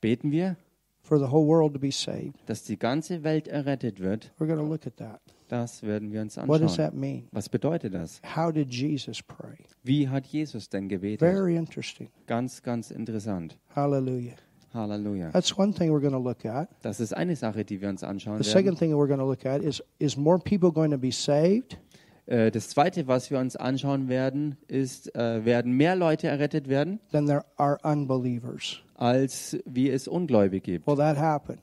Speaker 2: Beten wir,
Speaker 1: for the whole world to be saved?
Speaker 2: dass die ganze Welt errettet wird?
Speaker 1: We're going to look at that.
Speaker 2: Das werden wir uns
Speaker 1: What does
Speaker 2: anschauen.
Speaker 1: that mean?
Speaker 2: Was bedeutet das?
Speaker 1: How did Jesus pray?
Speaker 2: Wie hat Jesus denn gebetet?
Speaker 1: Very interesting.
Speaker 2: Ganz, ganz interessant.
Speaker 1: Hallelujah.
Speaker 2: Halleluja.
Speaker 1: That's one thing we're going to look at.
Speaker 2: Das ist eine Sache, die wir uns anschauen
Speaker 1: The second
Speaker 2: werden.
Speaker 1: thing we're going to look at is is more people going to be saved?
Speaker 2: Äh, Das Zweite, was wir uns anschauen werden, ist, äh, werden mehr Leute errettet werden,
Speaker 1: than there are unbelievers.
Speaker 2: als wie es Ungläubige gibt.
Speaker 1: Will that happen?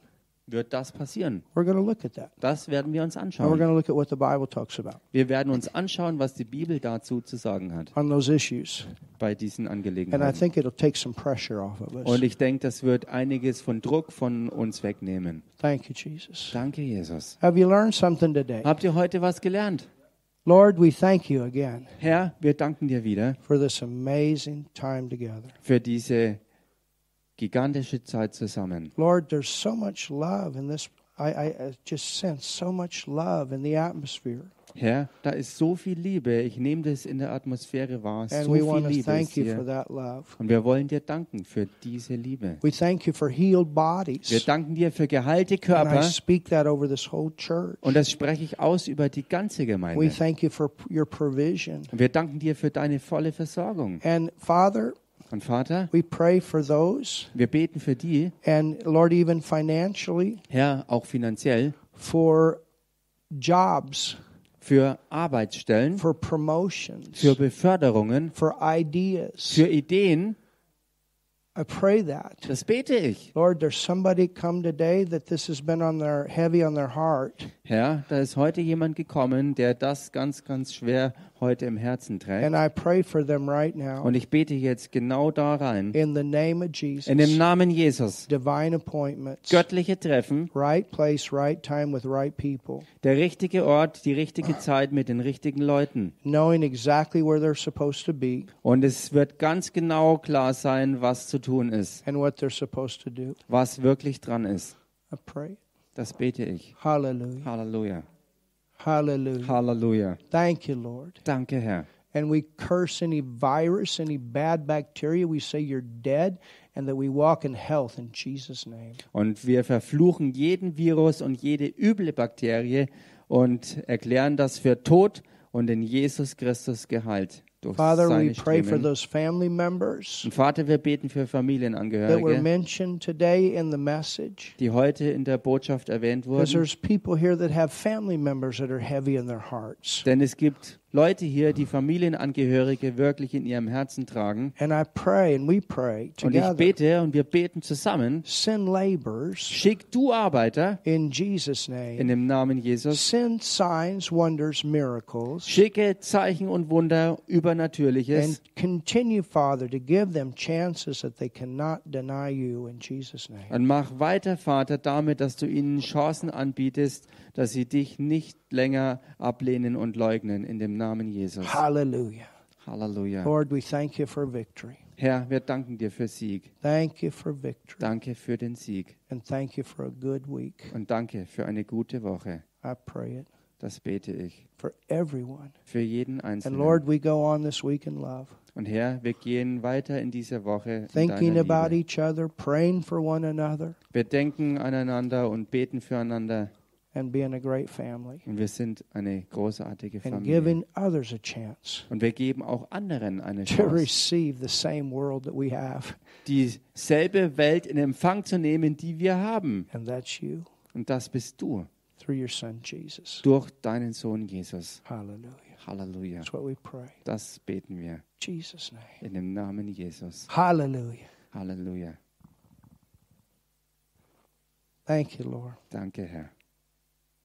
Speaker 2: Wird das passieren?
Speaker 1: We're going to look at that.
Speaker 2: Das werden wir uns
Speaker 1: And we're
Speaker 2: anschauen.
Speaker 1: going to look at what the Bible talks about
Speaker 2: Wir werden uns anschauen, was die Bibel dazu zu sagen hat
Speaker 1: on those issues.
Speaker 2: bei diesen
Speaker 1: And I
Speaker 2: Angelegenheiten.
Speaker 1: think it'll take some pressure off of
Speaker 2: Und
Speaker 1: us.
Speaker 2: ich denke, das wird einiges von Druck von uns wegnehmen.
Speaker 1: Thank you, Jesus.
Speaker 2: Danke, Jesus.
Speaker 1: Have you learned something today?
Speaker 2: Habt ihr heute was gelernt?
Speaker 1: Lord, we thank you again
Speaker 2: Herr, wir danken dir wieder
Speaker 1: for this amazing time together.
Speaker 2: für diese gigantische Zeit zusammen.
Speaker 1: Lord, there's so much love in this. I, I, I just sense so much love in the atmosphere.
Speaker 2: Herr, da ist so viel Liebe. Ich nehme das in der Atmosphäre wahr.
Speaker 1: And
Speaker 2: So
Speaker 1: we
Speaker 2: viel
Speaker 1: want to
Speaker 2: Liebe ist
Speaker 1: thank you for
Speaker 2: hier.
Speaker 1: that love.
Speaker 2: Und wir wollen dir danken für diese Liebe.
Speaker 1: We thank you for healed
Speaker 2: Wir
Speaker 1: bodies.
Speaker 2: danken dir für geheilte
Speaker 1: And I
Speaker 2: Körper.
Speaker 1: speak that over this whole church.
Speaker 2: Und das spreche ich aus über die ganze
Speaker 1: We
Speaker 2: Gemeinde.
Speaker 1: thank you for your provision.
Speaker 2: Und wir danken dir für deine volle Versorgung.
Speaker 1: And Father,
Speaker 2: Und Vater,
Speaker 1: we pray for those,
Speaker 2: wir beten für die,
Speaker 1: and Lord, even financially,
Speaker 2: Herr, auch finanziell,
Speaker 1: for jobs,
Speaker 2: für Arbeitsstellen,
Speaker 1: for promotions,
Speaker 2: für Beförderungen,
Speaker 1: for ideas.
Speaker 2: für Ideen.
Speaker 1: I pray that.
Speaker 2: Das bete ich.
Speaker 1: Lord, there's somebody come today that this has been on their heavy on their heart,
Speaker 2: Herr, da ist heute jemand gekommen, der das ganz, ganz schwer heute im Herzen trägt.
Speaker 1: and I pray for them right now
Speaker 2: Und ich bete jetzt genau da rein.
Speaker 1: in the name of
Speaker 2: In dem
Speaker 1: Jesus.
Speaker 2: Namen Jesus.
Speaker 1: Divine appointments,
Speaker 2: Göttliche Treffen,
Speaker 1: right place, right time with right people,
Speaker 2: der richtige Ort, die richtige Zeit mit den richtigen Leuten.
Speaker 1: knowing exactly where they're supposed to be
Speaker 2: Und es wird ganz genau klar sein, was zu tun ist,
Speaker 1: and what they're supposed to do.
Speaker 2: was wirklich dran ist.
Speaker 1: I pray.
Speaker 2: Das bete ich.
Speaker 1: Hallelujah.
Speaker 2: Halleluja.
Speaker 1: Hallelujah.
Speaker 2: Halleluja.
Speaker 1: Thank you, Lord.
Speaker 2: Danke, Herr.
Speaker 1: And we curse any virus, any bad bacteria. We say you're dead and that we walk in health in Jesus' name.
Speaker 2: Und wir verfluchen jeden Virus und jede üble Bakterie und erklären das für tot und in Jesus Christus geheilt durch
Speaker 1: Father, we
Speaker 2: seine
Speaker 1: pray for
Speaker 2: Striemen.
Speaker 1: those family members
Speaker 2: Und Vater, wir beten für
Speaker 1: that were
Speaker 2: Familienangehörige,
Speaker 1: mentioned today in the message.
Speaker 2: die heute in der Botschaft erwähnt
Speaker 1: Because
Speaker 2: wurden.
Speaker 1: there's people here that have family members that are heavy in their hearts.
Speaker 2: Denn es gibt Leute hier, die Familienangehörige wirklich in ihrem Herzen tragen.
Speaker 1: And I pray and we pray
Speaker 2: Und ich
Speaker 1: together.
Speaker 2: bete und wir beten zusammen.
Speaker 1: Send laborers
Speaker 2: Schick du Arbeiter
Speaker 1: in Jesus'
Speaker 2: in
Speaker 1: name.
Speaker 2: dem Namen Jesus.
Speaker 1: Send signs, wonders, miracles.
Speaker 2: Schicke Zeichen und Wunder,
Speaker 1: And
Speaker 2: Übernatürliches.
Speaker 1: continue, Father, to give them chances that they cannot deny you in Jesus' name.
Speaker 2: Und mach weiter, Vater, damit, dass du ihnen Chancen anbietest, dass sie dich nicht länger ablehnen und leugnen. In dem Namen Jesus.
Speaker 1: Hallelujah.
Speaker 2: Halleluja.
Speaker 1: Lord, we thank you for victory.
Speaker 2: Herr, wir danken dir für Sieg.
Speaker 1: Thank you for victory.
Speaker 2: Danke für den Sieg.
Speaker 1: And thank you for a good week.
Speaker 2: Und danke für eine gute Woche.
Speaker 1: I pray it
Speaker 2: Das bete ich.
Speaker 1: for everyone.
Speaker 2: Für jeden
Speaker 1: And
Speaker 2: Einzelnen.
Speaker 1: Lord, we go on this week in love,
Speaker 2: Und Herr, wir gehen weiter in dieser Woche. In
Speaker 1: thinking
Speaker 2: deiner
Speaker 1: about
Speaker 2: Liebe.
Speaker 1: each other, praying for one another,
Speaker 2: Wir denken aneinander und beten füreinander.
Speaker 1: and being a great family.
Speaker 2: Und wir sind eine großartige
Speaker 1: And
Speaker 2: Familie.
Speaker 1: giving others a chance
Speaker 2: Und wir geben auch anderen eine
Speaker 1: to
Speaker 2: Chance,
Speaker 1: receive the same world that we have.
Speaker 2: dieselbe Welt in Empfang zu nehmen, die wir haben.
Speaker 1: And that's you
Speaker 2: Und das bist du,
Speaker 1: through your Son, Jesus.
Speaker 2: durch deinen Sohn Jesus.
Speaker 1: Hallelujah.
Speaker 2: Halleluja.
Speaker 1: That's what we pray.
Speaker 2: Das beten wir
Speaker 1: Jesus' name.
Speaker 2: in dem Namen Jesus.
Speaker 1: Hallelujah.
Speaker 2: Halleluja.
Speaker 1: Thank you, Lord.
Speaker 2: Danke, Herr.